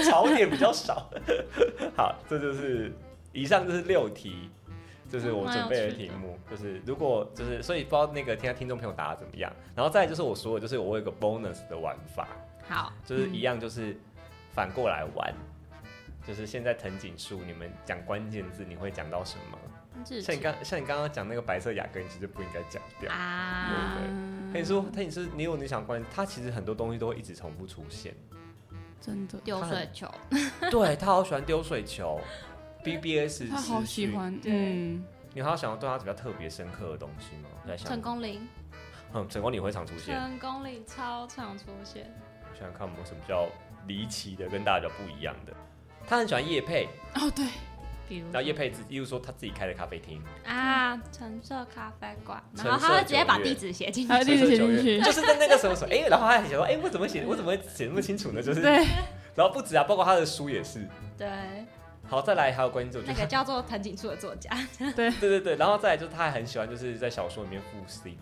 A: 槽点比较少。 <laughs> 好，这就是以上就是六题，就是我准备的题目，就是如果就是所以不知道那个听下听众朋友答的怎么样，然后再来就是我说的就是我有一个 bonus 的玩法，
D: 好，
A: 就是一样就是反过来玩。就是现在藤井树，你们讲关键字，你会讲到什么？
D: 日
A: 像你
D: 记
A: 刚像你刚刚讲那个白色雅阁，你其实不应该讲掉。
D: 啊，
A: 对他你说，他你是你有你想关，它其实很多东西都会一直重复出
D: <laughs>
A: 现。
B: 真的，
D: 丢水球，
A: 对他好喜欢丢水球，BBS，
B: 他好喜
A: 持续。
B: 欢，嗯，
A: 你还有想要对他比较特别深刻的东西吗？我在想
D: 成，功啊林，
A: 嗯，成功你会常出现。
D: 成功林超常出现。
A: 我想想看，有没有什么比较离奇的，跟大家比较不一样的。他很喜欢叶配，
B: 哦对，
D: 比如
A: 然后叶配自，例如说他自己开的咖啡厅，
B: 嗯
D: 啊，橙色咖啡馆，
A: 橙
D: 然后他
A: 色
D: 会直接把
A: 九月
D: 地址写进去
B: 还。有地址写进去，
A: 就是在那个什么时候，哎、然后他还想说，哎、我怎么写，我怎么会写那么清楚呢？就是，
B: 对，
A: 然后不止啊，包括他的书也是。
D: <laughs> 对，
A: 好，再来还有关键字，我觉
D: 那
A: 得
D: 个叫做藤井树的作
B: <laughs>
D: 家，
A: <laughs> 对对对，然后再来就是他还很喜欢就是在小说里面附
D: <laughs>
A: CD。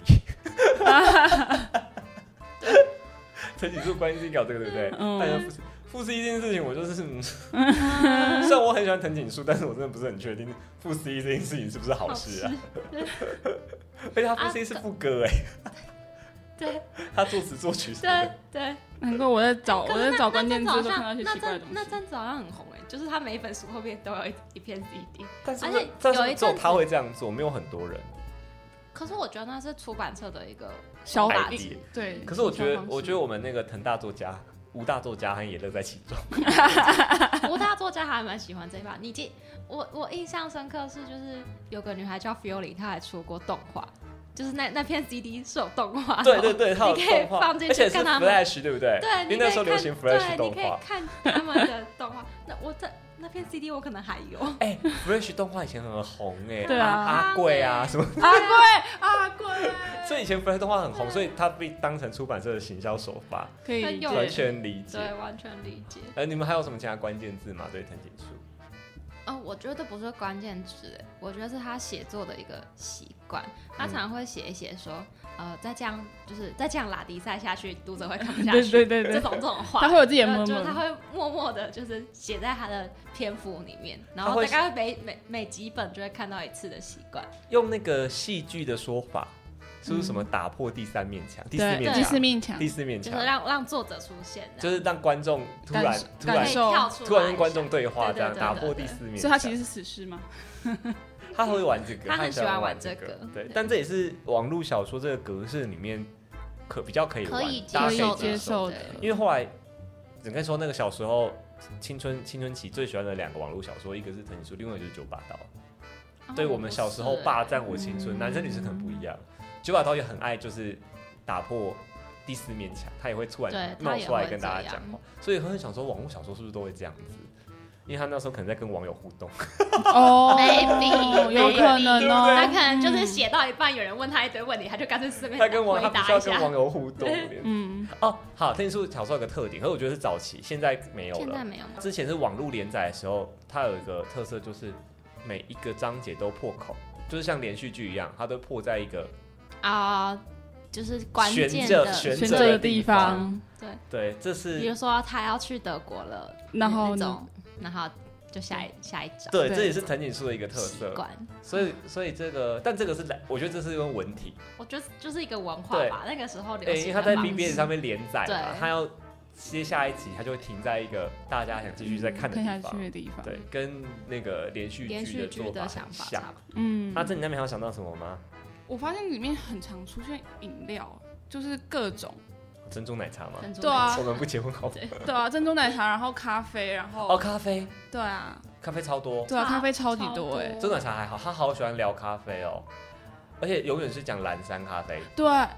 A: 陈启树关心搞这个对不对？
B: 嗯
A: 大家附 CD 附 CD 这件事情，我就是 <laughs> 嗯虽然我很喜欢藤井树，但是我真的不是很确定附 CD 这件事情是不是好
D: <laughs>
A: 事啊。而且他
D: 啊
A: 附 CD 是副歌哎、
D: 对
A: 他作词作曲什么
D: 对
A: 的。
D: 对。
B: 难哎怪我在找啊我
D: 可是
B: 在
D: 那
B: 找关键字
D: 那
B: 都
D: 阵子
B: 看
D: 好
B: 到
D: 像
B: 一些
D: 那
B: 奇怪的
D: 阵
B: 东
D: 那
B: 西，
D: 阵子好像很红哎，就是他每一本书后面都有一一片 CD。
A: 但是
D: 而且
A: 但
D: 有
A: 是
D: 一
A: 只有
D: 阵子
A: 他会这样做，没有很多人。
D: 可是我觉得那是出版社的一个
B: 小
A: 白
B: 把
A: 地
B: 子，对，
A: 可是我觉
B: 小
A: 得
B: 方，式
A: 我觉得我们那个腾大作家、吴大作家，他也乐在其中。
D: <laughs> 我大作家还蛮喜欢这一把。你记我我印象深刻是就是有个女孩叫 Fioli，她还出过动画，就是那那片 CD 是有动画的。
A: 对对对，它有
D: 啊你可以
A: 动画，
D: 放进
A: 而且
D: 去
A: 是
D: 看他们。
A: Flash 对不对？
D: 对，
A: 因
D: 你
A: 为
D: 可以
A: 那时候流行
D: 看
A: Flash
D: 对，
A: 动
D: 你可以
A: 画。
D: 看他们的动画。 <laughs> 那我这那片 CD 我可能还
A: <laughs>
D: 有。
A: 哎，Flash 动画以前很红哎，
B: 对啊
A: 阿阿贵啊什么，
B: 阿贵阿贵，
A: 所以以前 Flash 动画很红，所以它被当成出版社的行销手法，
B: 可以
D: 很有
B: 理
A: 完
B: 解
A: 全理解。
D: <laughs> 对，完全理解。
A: 哎，你们还有什么其他关键字吗？对藤井树，
D: 嗯，我觉得不是关键词，欸我觉得是他写作的一个习惯。
A: 嗯
D: 他常常会写一写说，呃，再这样就是再这样拉迪赛下去，读者会看不下
A: <laughs>
D: 去。
B: 对对对对
D: 这种这种话，
B: 他会有自己的
D: 呃就
B: murmur
D: 就是他会默默的，就是写在他的篇幅里面，然
A: 他
D: 后
A: 会
D: 大概每每每几本就会看到一次的习惯。
A: 用那个戏剧的说法，是不是什么打破第三面墙、第四
B: 对
A: 面
D: 嗯对啊
B: 第四
A: 墙、
B: 面墙
A: 第，四面
D: 就
A: 墙
D: 是，让让作者出现
A: 就
D: 这样，
A: 是让观众突
B: 感
A: 然
B: 受
A: 突
B: 感
A: 然
D: 可以
B: 受
D: 跳出来
A: 突然跟
D: 一
A: 观
D: 下
A: 众对话，这
D: 对对
A: 样
D: 对
A: 打
D: 对
A: 破
D: 对
A: 第四面墙。
B: 所以他其实是死
A: <laughs>
B: 尸吗？
A: 他会玩这个，
D: 他很喜欢玩
A: 这
D: 这个
A: 对
D: 对，
A: 但这也是网络小说这个格式里面可比较可以玩
D: 可以
A: 大家
D: 接受
A: 可以
D: 的
A: 因为后来你跟说那个小时候青春青春期最喜欢的两个网络小说，一个是藤井树，另外一个就是九把刀。
D: 哦
A: 对我们小时候霸占我青春，男生女生可能不一样。九把刀也很爱就是打破第四面墙，他也会突然
D: 对
A: 冒
D: 他也
A: 出来
D: 会
A: 跟大家
D: 这样
A: 讲话，所以我很想说网络小说是不是都会这样子？因为他那时候可能在跟网友互动，
B: 哦
D: Maybe，
B: 有可能哦，
D: 他可能就是写到一半，有人问他一堆问题，他就干脆顺便
A: 他跟网
D: 回
A: 他不需
D: 答
A: 要
D: 一下
A: 跟。网友互动。
B: 嗯，
A: 哦，好，天书小说有个特点，可是我觉得是早期，现在没有
D: 现在
A: 了。
D: 没有吗？
A: 之前是网络连载的时候，它有一个特色就是每一个章节都破口，就是像连续剧一样，它都破在一个
D: 啊，就是关
A: 悬
D: 键
A: 着
D: 的，
A: 悬
B: 选
A: 着
B: 择
A: 的
B: 的
A: 地
B: 地
A: 方。
D: 嗯
B: 方，
A: 对，这
D: 比如
A: 是
D: 说他要去德国了，
B: 然后
D: 那
B: 呢
D: 种，然后就下一下一章。
A: 对，
B: 对
A: 这也是藤井树的一个特
D: 习
A: 色。
D: 惯，
A: 所以，所以这个，但这个是来，我觉得这是用文体，
D: 我觉得就是一个文化
A: 对
D: 吧，那个时候流
A: 对，因为
D: 行
A: 他
D: 的
A: 在
D: 方
A: BBS
D: 式。
A: 上面连载嘛，
D: 对
A: 他要接下一集，他就会停在一个大家想继续再看
D: 嗯
A: 的
B: 看
A: 地
B: 下去
A: 方。
B: 的地方，
A: 对，，跟那个连续
D: 连
A: 剧
D: 续
A: 的
D: 剧
A: 做
D: 的
A: 法
D: 想
A: 很
D: 法
A: 像
D: 差。不
B: 嗯，
A: 那这你那边还有想到什么吗？
B: 我发现里面很常出现饮料，就是各种，
A: 珍珠奶茶吗
D: 多。？珍珠
B: 对啊
A: <laughs> 我们不结婚好不好
D: 对
B: 对啊，珍珠奶茶，然后咖啡，然
A: 哦，
B: 后
A: 咖啡，
B: 对啊，
A: 咖啡超多。
B: 对啊，
D: 哇
B: 咖啡超级
D: 超
B: 多
D: 多
B: 哎，
A: 珍珠奶茶还好，他好喜欢聊咖啡哦，而且永远是讲蓝山咖啡，
B: 对啊，
D: 哎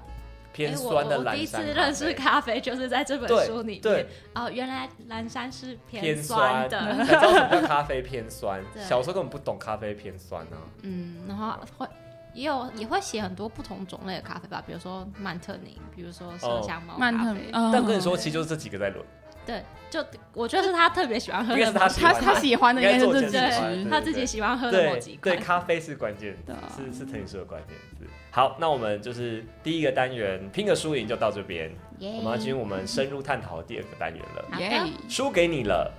A: 偏
D: 我
A: 酸的
D: 哎我第
A: 蓝
D: 一次
A: 山
D: 认识
A: 啡
D: 咖啡就是在这本
A: 对
D: 书里面
A: 对。，
D: 哦，原来蓝山是
A: 偏
D: 偏
A: 酸
D: 酸
A: 的，
D: 的。
A: 才知道什么叫咖啡偏酸。
D: <laughs> 对
A: 小时候根本不懂咖啡偏酸啊。
D: 嗯，然后会也有也会写很多不同种类的咖啡吧，比如说曼特宁，比如说麝香猫
B: 曼
D: 咖
B: 特哦
D: 啡，，
B: 但
A: 但跟你说，其实就是这几个
D: <laughs>
A: 在轮，
D: 对，就我觉得是他特别喜欢喝
A: 应该
D: 的
A: 是
D: 某，
A: 他喜
B: 他
A: 欢的，
B: 他喜欢的应该是这
A: 应该是我
B: 几
A: 喜欢
B: 支
A: 的，
D: 他自己喜欢喝的某
A: 对
D: 几
A: 对，
D: 款。
A: 咖啡是关键
B: 对啊，
A: 是是藤井树的关键字。好，那我们就是第一个单元拼个输赢就到这边，
D: 耶
A: 我们要进入我们深入探讨的第二个单元了。
D: 好的
B: 耶，
A: 输给你了。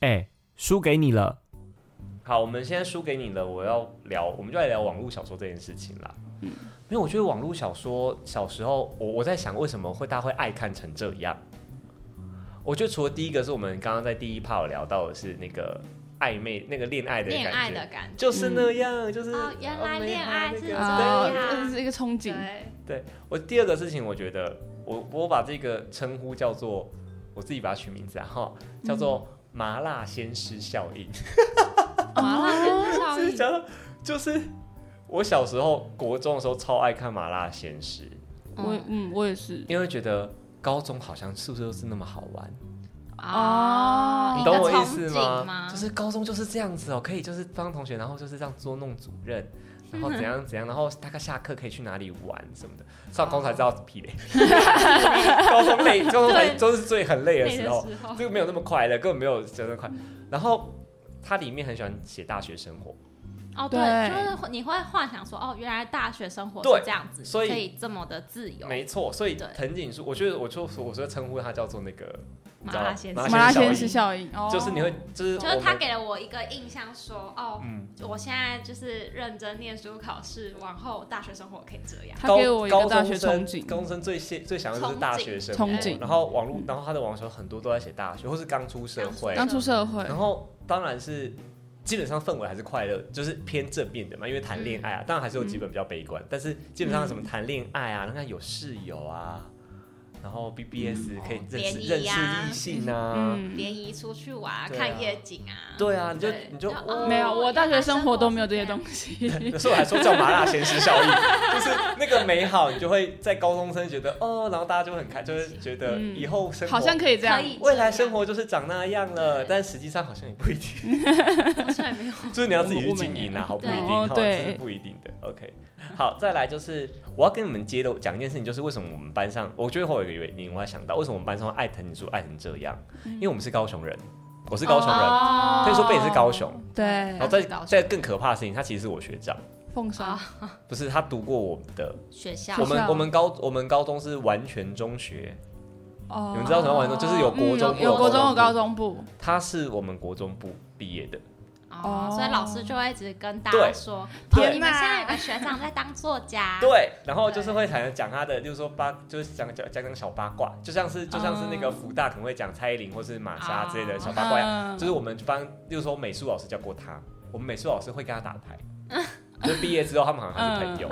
A: 哎、输给你了。好，我们现在输给你了，我要聊，我们就来聊网络小说这件事情啦。嗯，因为我觉得网络小说小时候，我我在想为什么会大家会爱看成这样。我觉得除了第一个是我们刚刚在第一 part 有聊到的是那个暧昧、那个恋爱的感觉，
D: 恋爱的感觉。
A: 就是那样，就是
D: 哦原来
A: 没
D: 恋
A: 他
D: 爱
A: 那
D: 是
A: 个
D: 这
B: 啊，
D: 样
A: 对
B: 这是一个憧憬，
D: 对，
A: 我第二个事情，我觉得我我把这个称呼叫做我自己把它取名字啊哈，叫做
D: 嗯
A: 麻辣鲜师效应。 <laughs>
D: 麻辣跟效
A: 就是
D: 应，
A: 讲到就是我小时候国中的时候超爱看麻辣鲜师，
B: 我
D: 嗯
B: 嗯我也是，
A: 因为觉得高中好像是不是都是那么好玩，
D: 啊
B: 哦
A: 你
D: 一
A: 懂
D: 个
A: 我意
D: 憧
A: 思
D: 憬
A: 吗？就是高中就是这样子哦，可以就是帮同学，然后就是这样捉弄主任。然后怎样怎样，然后大概下课可以去哪里玩什么的。上高中才知道屁
D: <laughs>
A: 嘞， <laughs> 高中累，高中才
D: 对
A: 都是最很累的
D: 累
A: 时
D: 的
A: 候。
D: 时候
A: 这个没有那么快乐，根本没有真的快。然后它里面很喜欢写大学生活，
D: 哦，
B: 对
D: 对，就是会你会幻想说，哦，原来大学生活
A: 对
D: 是这样子，
A: 所以
D: 可以这么的自由，
A: 没错。所以
D: 对
A: 藤井树，我觉得我就我说称呼它叫做那个你
D: 麻
A: 知道
D: 辣鲜
A: 麻
D: 师
B: 麻辣
A: 鲜
B: 鲜
A: 师
B: 师效应，哦
A: 就是你会就是
D: 就是
A: 我
D: 他
A: 们
D: 给了我一个印象说，哦，
A: 嗯
D: 我现在就是认真念书考试，往后大学生活可以这样。
B: 他
A: 高
B: 给我一
A: 高
B: 个
A: 中
B: 大学憧
A: 生高
B: 憬，
A: 中生最先最想要的就是大学生活
B: 憧憬
A: 然后网络，然后他的网球很多都在写大学，或是刚出社会，
B: 刚出社会
A: 然，后当然是基本上氛围还是快乐，就是偏正面的嘛，因为谈恋爱
B: 嗯
A: 啊，当然还是有几本比较悲观，但是基本上什么谈恋爱啊，看看有室友啊，然后 BBS 可以认识、
D: 联
A: 认
D: 谊啊
A: 识异性啊，
B: 嗯，
D: 联谊出去玩、
A: 对啊
D: 看夜景啊，
A: 对啊，你就
D: 对
A: 你就
D: 然后
A: 哦
B: 没有，我大学生活都没有这些东
A: 有
B: 西，
A: 时候我还说叫麻辣鲜师
B: <laughs>
A: 效应，就是那个美好，你就会在高中生觉得哦，然后大家就很开，就是觉得
B: 嗯
A: 以后生活、
B: 好像可以这样
D: 可，以
A: 未来生活就是长那样了，
D: 对
A: 但实际上好像也不一定。
D: 活虽哦然没有，
A: 就是你要自己去经营啊，好不一定，
B: 对
A: 哈，
B: 哦对
A: 这是不一定的。OK，好，再来就是我要跟你们揭露讲一件事情，就是为什么我们班上，我觉得会有一个原因，我还想到为什么我们班上会爱藤井树爱成这样，
B: 嗯
A: 因为我们是高雄人，我是高雄人，
D: 哦
A: 可以说贝也是高雄，
B: 对
A: 然后，
D: 他
A: 再
D: 是高雄
A: 再更可怕的事情，他其实是我学长，
B: 凤山，
D: 啊
A: 不是他读过我们的，
D: 学校
A: 我
B: 是
A: 们
B: 啊
A: 我们高我们高中是完全中学，
B: 哦
A: 你们知道什么完全中就是有国中
B: 嗯
A: 部
B: 有有国中有
A: 部
B: 高中部，
A: 他是我们国中部毕业的，
D: 哦
B: 哦，
D: 所以老师就会一直跟大家说，
A: 对
D: 哦，你
B: 天哪
D: 们现在有个学长在当作家，，
A: 对，然后就是会讲讲他的，就是说八，就是讲讲讲讲小八卦，就像是就像是那个福大可能会讲蔡依林或是玛莎之类的小八卦一样，
B: 嗯
A: 就是我们班，例如说美术老师教过他，我们美术老师会跟他打牌，就毕业之后他们好像还是朋友。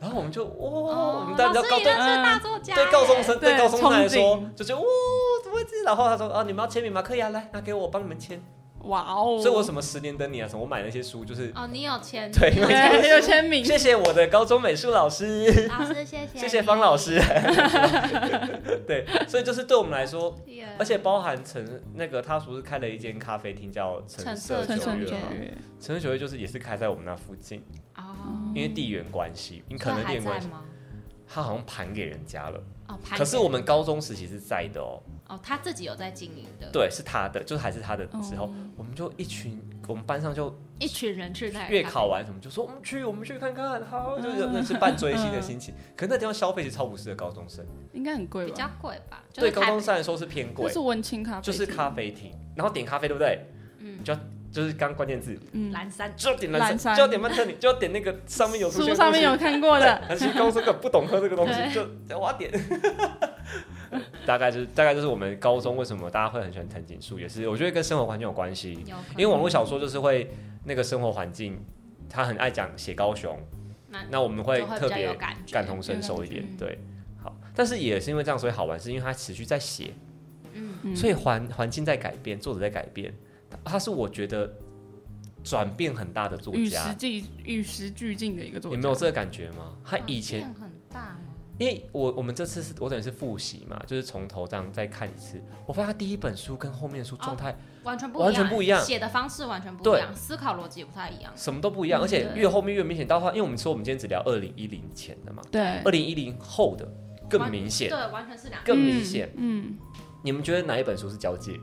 A: 然后我们就哇，我们当然要
D: 哦老师
A: 高
D: 也
A: 中
D: 认识大作家耶，
A: 对高中生对
B: 对
A: 高中生来
B: 憧
A: 说
B: 憬
A: 就觉得哇，怎么会这样？然后他说啊，你们要签名吗？可以啊，来拿给我，我帮你们签。
B: 哇哦！
A: 所以我什么十年等你啊，什么我买那些书就是
D: 哦，你有签
A: 对
D: 你
A: <laughs> 因
D: 有
A: 为
D: 签
B: 对，有签名，
A: 谢谢我的高中美术老师，
D: 老师谢谢
A: 谢谢
D: 你
A: 方老
D: <laughs>
A: 师，。对，所以就是对我们来说，
D: Yeah
A: 而且包含陈那个他不是开了一间咖啡厅叫橙
D: 橙
A: 色
D: 色
B: 陈
D: 九
A: 九
B: 春
A: 月
D: 月
B: 九
A: 吗？
B: 月，
A: 橙色九月就是也是开在我们那附近，
D: 哦，
A: 因为地缘关系，你可
D: 所以
A: 能地
D: 还
A: 缘
D: 在
A: 关系，
D: 吗？
A: 他好像盘给人家了。
D: 哦，盘
A: 可是
D: 点
A: 我们高中时期是在的哦，
D: 哦，他自己有在经营的，，
A: 对，是他的，就是还是他的时候
B: 哦，
A: 我们就一群我们班上就
D: 一群人去那里
A: 月
D: 看
A: 考完什么就说我们去，我们去看看，
D: <laughs>
A: 好，就是那是半追星的心情。可是那地方消费是超不适合高中生，
B: 应该很贵
D: 比较
B: 吧？
D: 贵吧？就是
A: 对高
D: 台
A: 中
D: 北
A: 生来说是偏贵
B: 就，是文青咖啡，
A: 就是咖，啡厅，然后点咖啡对不对？
D: 嗯
A: 就要就是刚关键字，
B: 嗯，
D: 蓝山
A: 就要点
B: 蓝
A: 蓝山，
B: 山
A: 就要点曼特尼，就要点那个上面有出现
B: 书
A: 的
B: 上面有
A: 东西
B: 看过
A: <laughs>
B: 的，
A: 但是高中生不懂喝这个东西，就 <laughs> 我要点。大概就是大概就是我们高中为什么大家会很喜欢藤井树，也是我觉得跟生活环境有关系。
D: 有可能，
A: 嗯因为网络小说就是会那个生活环境，他很爱讲写高雄，
D: 那
A: 那我们会
D: 嗯就会
A: 特
D: 比较
A: 别
D: 有感觉，
A: 感同身受一点
D: 嗯，
A: 对。好，但是也是因为这样，所以好玩，是因为它持续在写，
D: 嗯，
B: 嗯
A: 所以环环境在改变，作者在改变，他是我觉得转变很大的作
B: 与时
A: 家。
B: 俱与时俱进的一个作
A: 你
B: 家，
A: 没有这个感觉
B: 嗯
A: 吗？他
D: 转
A: 以前，
D: 变哦很大吗
A: 因为我我们这次是我等于是复习嘛，就是从头这样再看一次。我发现他第一本书跟后面的
B: 哦
A: 书状态
D: 完全不
A: 完全不一样
D: 写的方式完全不一
A: 对
D: 样，思考逻辑也不太一样。
A: 什么都
B: 嗯
A: 不一样，而且越后面越明显。到话，因为我们说我们今天只聊二零一零前的嘛，
B: 对
A: 二，零一零后的更明显，
D: 对，完全是两个
A: 更明显。
B: 嗯，
A: 你们觉得哪一本书是交界？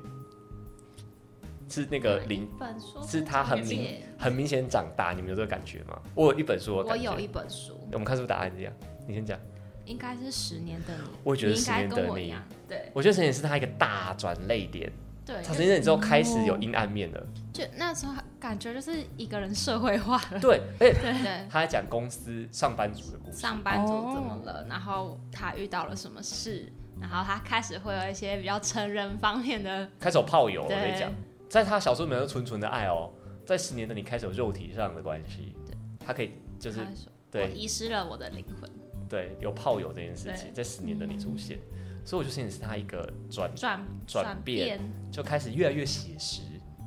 A: 是那个零
D: 本书，
A: 是他很明
D: 明。
A: 很明显长大，你们有这个感觉吗？我有一本书的
D: 我
A: 感觉，
D: 有一本书，
A: 我们看是不是答案一样？你先讲。
D: 应该是十年的你，
A: 我觉得
D: 你应该
A: 10年的
D: 跟我
A: 你
D: 一样，对
A: 我觉得陈也是他一个大转泪点，
D: 对，
A: 他陈也之后开始有阴暗面了。
D: 就就那时候感觉就是一个人社会化了，
A: 对，而且
D: 对。
A: 他还讲公司上班族的故事。
D: 上班族怎么
A: 哦
D: 了，然后他遇到了什么事，然后他开始会有一些比较成人方面的，
A: 开始有炮友，我跟你
D: 对
A: 讲，在他小说里面有纯纯的爱哦，在十年的你开始有肉体上的关系，他可以就是
D: 他会说我
A: 对
D: 遗失了我的灵魂，
A: 对有炮友这件事情，
D: 对
A: 在十年的你出现，所以我就觉得是他一个转
D: 转
A: 转变
D: 变，
A: 就开始越来越写实，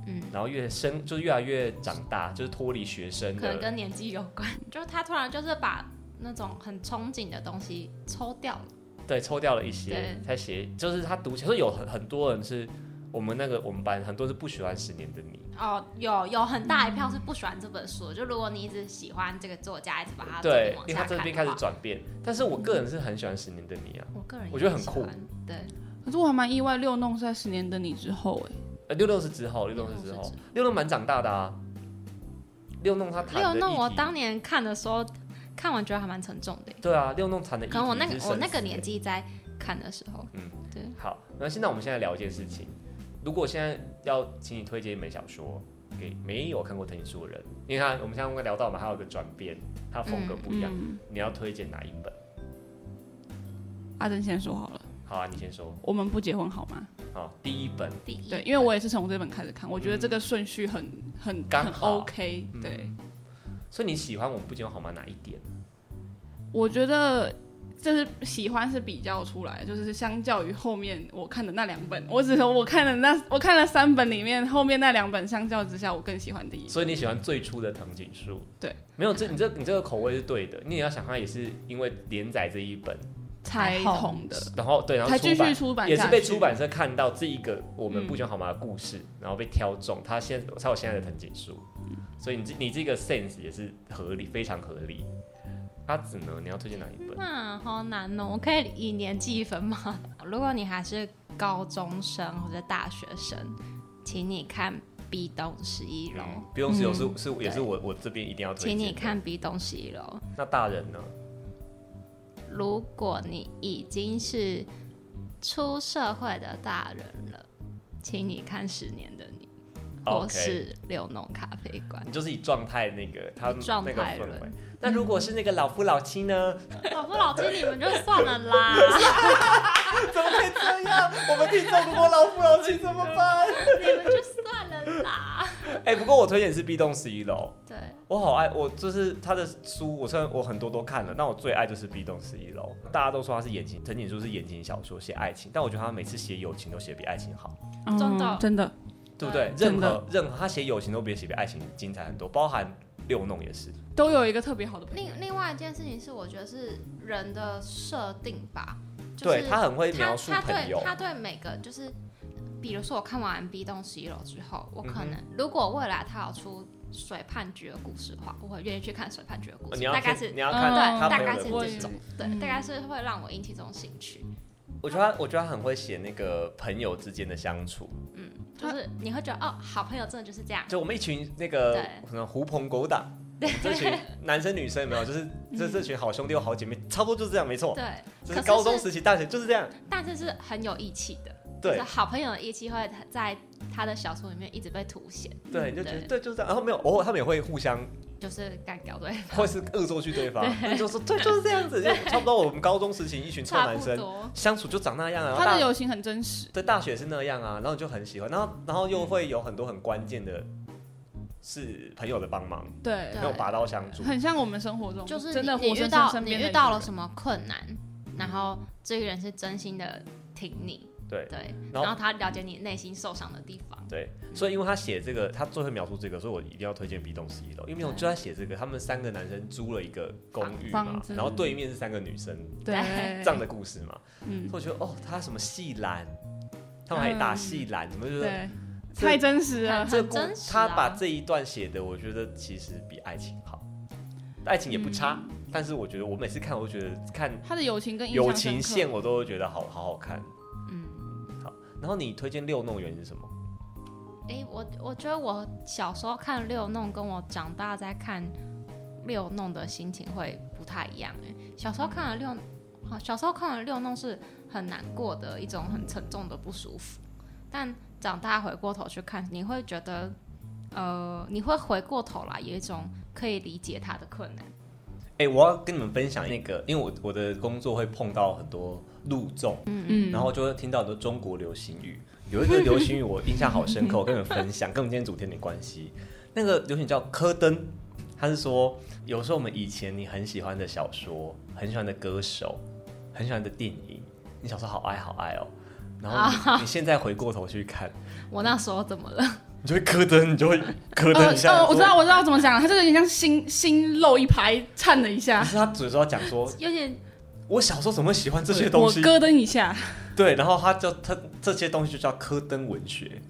D: 嗯，
A: 然后越深就是越来越长大，就是脱离学生
D: 可能
A: 的，
D: 跟年纪有关， <laughs> 就是他突然就是把那种很憧憬的东西抽掉了，
A: 对，抽掉了一些
D: 对
A: 才写，就是他读起来，所以有很很多人是我们那个我们班很多是不喜欢十年的你，
D: 哦，有有很大一票是不喜欢这本书，就如果你一直喜欢这个作家，一直把他
A: 对，
D: 啊往
A: 因为
D: 下
A: 他
D: 看
A: 这边开
D: 的
A: 始
D: 话，
A: 转变，但是我个人是很喜欢十年的你啊，
D: 我个人
A: 我觉得很
D: 也喜
A: 酷
D: 欢，对，
B: 可是我还蛮意外，六弄是在十年的你之后，哎，
A: 呃，六六是之后，六弄是之
D: 六弄
A: 后
D: 是之，
A: 六弄蛮长大的啊。六弄他谈的
D: 六弄
A: 议
D: 我
A: 题
D: 当年看的时候，看完觉得还蛮沉重的。
A: 对啊，六弄谈的议
D: 可能我
A: 题
D: 那个
A: 是生
D: 我那个
A: 死
D: 年纪在看的时候，
A: 嗯好。那现在我们现在聊一件事情，如果现在要请你推荐一本小说给没有看过藤井树的人，因为他我们刚刚聊到嘛，他有个转变，他风格不一样，
B: 嗯，
A: 你要推荐哪一本？
B: 阿珍先说好了，
A: 好啊，你先说。
B: 我们不结婚好吗？
A: 好，啊第一本，
D: 第一，
B: 对，因为我也是从这本开始看，我觉得这个顺序很很
A: 刚
B: 很
A: 好
B: OK，
A: 嗯
B: 对，
A: 所以你喜欢我们不结婚好吗？哪一点？
B: 我觉得就是喜欢是比较出来，就是相较于后面我看的那两本，我只是我看的那我看了三本里面，后面那两本相较之下，我更喜欢第一。
A: 所以你喜欢最初的藤井树？
B: 对，
A: 没有这你这你这个口味是对的，你也要想它也是因为连载这一本，
B: 才红的，
A: 然后对，然后
B: 才
A: 出
B: 继
A: 版
B: 续出版
A: 也
B: 下
A: 是
B: 去
A: 被出版社看到这一个我们不喜欢好吗的故
B: 嗯
A: 事，然后被挑中，他现才有现在的藤井树，所以你这你这个 sense 也是合理，非常合理。阿紫呢？你要推荐哪一本？
D: 那好难哦。我可以以年纪分吗？ <laughs> 如果你还是高中生或者大学生，请你看《壁咚十一楼》，
A: 嗯不用石油是是也是我我这边一定要推
D: 请
A: 荐。
D: 你看。《壁咚十一楼》。
A: 那大人呢？
D: 如果你已经是出社会的大人了，请你看《十年的你》或
A: OK
D: 是《六弄咖啡馆》。
A: 你就是以状态那个他
D: 以状
A: 那个
D: 态
A: 氛围
D: 论。
A: 那如果是那个老夫老妻呢？
D: 老夫老妻，你们就算了 <laughs> 啦，
A: <laughs> 怎么会这样？我们听众如果老夫老妻怎么办？
D: 你们就算了啦。
A: <laughs> 哎，不过我推荐是《壁咚十一楼
D: 对，》，
A: 我好爱，我就是他的书，我虽然我很多都看了，但我最爱就是《壁咚十一楼》。大家都说他是言情，藤井树是言情小说，写爱情，但我觉得他每次写友情都写比爱情好。
B: 嗯
D: 真的
B: 真的，
A: 对不对？
D: 嗯
A: 任
B: 真的
A: 何任何他写友情都比写比爱情精彩很多，包含六弄也是。
B: 都有一个特别好的朋友。
D: 另另外一件事情是，我觉得是人的设定吧，就是
A: 对他很会
D: 他
A: 描述
D: 他
A: 朋友
D: 对，他对每个就是，比如说我看完《B 栋十一楼》之后，我可
A: 嗯哼
D: 能、如果未来他有出水畔局的故事的话，我会愿意去看水畔局的故
A: 呃
D: 事，
A: 你要
D: 大概
A: 看
D: 是
A: 你要
B: 嗯
A: 看
D: 对，
A: 他
D: 大
A: 朋
D: 概
A: 友
D: 是
A: 的
B: 我
D: 这
B: 也
D: 种，对，大概是会让我引起这种兴趣，
A: 我觉得他我觉得他很会写那个朋友之间的相处，
D: 嗯，就是你会觉得哦，好朋友真的就是这样，
A: 就我们一群那个
D: 对
A: 什么狐朋狗党，我们这群男生女生有没有？就是这这群好兄弟好姐妹，差不多就是这样，没错。
D: 嗯对，
A: 就
D: 可
A: 是
D: 是
A: 高中
D: 是
A: 时期、大学就是这样。
D: 但是是很有义气的，
A: 对
D: 就是好朋友的义气会在他的小说里面一直被凸显，
A: 对，你就觉得
D: 嗯对嗯
A: 对，就是这样。然后没有，偶尔他们也会互相，
D: 就是干掉对方，
A: 或是恶作剧对方，就说对，就是这样子，就差不多。我们高中时期一群臭
D: 差
A: 男
D: 不
A: 生
D: 多。
A: 相处就长那样啊。然后
B: 他
A: 大
B: 的友情很真实，
A: 对，大学是那样啊，然后你就很喜欢，然后然后又
D: 嗯
A: 会有很多很关键的，是朋友的帮忙，
B: 对
A: 那，种拔刀相助。
B: 很像我们生活中
D: 就是
B: 真的
D: 你
B: 活
D: 你遇
B: 生生
D: 到
B: 身
D: 你
B: 边的
D: 遇到
B: 一
D: 了
B: 个
D: 什么困难，然后这个人是真心的挺你，
A: 对
D: 对，
A: 然后
D: 然后他了解你内心受伤的地方，
A: 对，所以因为他写这个，他最会描述这个，所以我一定要推荐《壁咚十一楼》，哦因为我就在写这个，他们三个男生租了一个公寓嘛
B: 房，子
A: 然后对面是三个女生
B: 对
A: 这样的故事嘛，
B: 嗯，
A: 所以我觉得哦，他什么细兰，他们还打细兰，怎么就是嗯
B: 对，
A: 这
B: 太嗯真实了
D: 很，
A: 这
D: 很
A: 故
D: 真实
A: 他
D: 啊
A: 把这一段写的，我觉得其实比爱情好，爱情也不差，但是我觉得我每次看，我都觉得看
B: 他的友情嗯跟印象
A: 友情
B: 深刻
A: 线我都会觉得好好好看。
D: 嗯。
A: 然后你推荐六弄园是什么？
D: 诶，我我觉得我小时候看六弄，跟我长大在看六弄的心情会不太一样。诶，小时候看了六，好小时候看了六弄是很难过的一种很沉重的不舒服，但长大回过头去看，你会觉得，呃，你会回过头来有一种可以理解他的困难。
A: 哎、我要跟你们分享那个，因为我我的工作会碰到很多路众，
B: 嗯，
A: 然后就会听到很多中国流行语。有一个流行语我印象好深刻，我跟你们分享，跟我们今天主题有点关系。那个流行语叫科登，他是说，有时候我们以前你很喜欢的小说、很喜欢的歌手、很喜欢的电影，你小时候好爱好爱哦，然
B: 啊
A: 后你你现在回过头去看，
D: 我那时候怎么了？ <laughs>
A: 你就会咯噔，你就会咯噔一下。
B: 呃，我知
A: 说
B: 道，我知道怎么讲了，他这个有点像心心漏一排，颤了一下
A: 可，是他只是要讲说，
D: 有点
A: 我小时候怎么会喜欢这些东
B: 我
A: 西？
B: 咯噔
A: <laughs>
B: 一下，
A: 对，然后他就他这些东西就叫科登文学，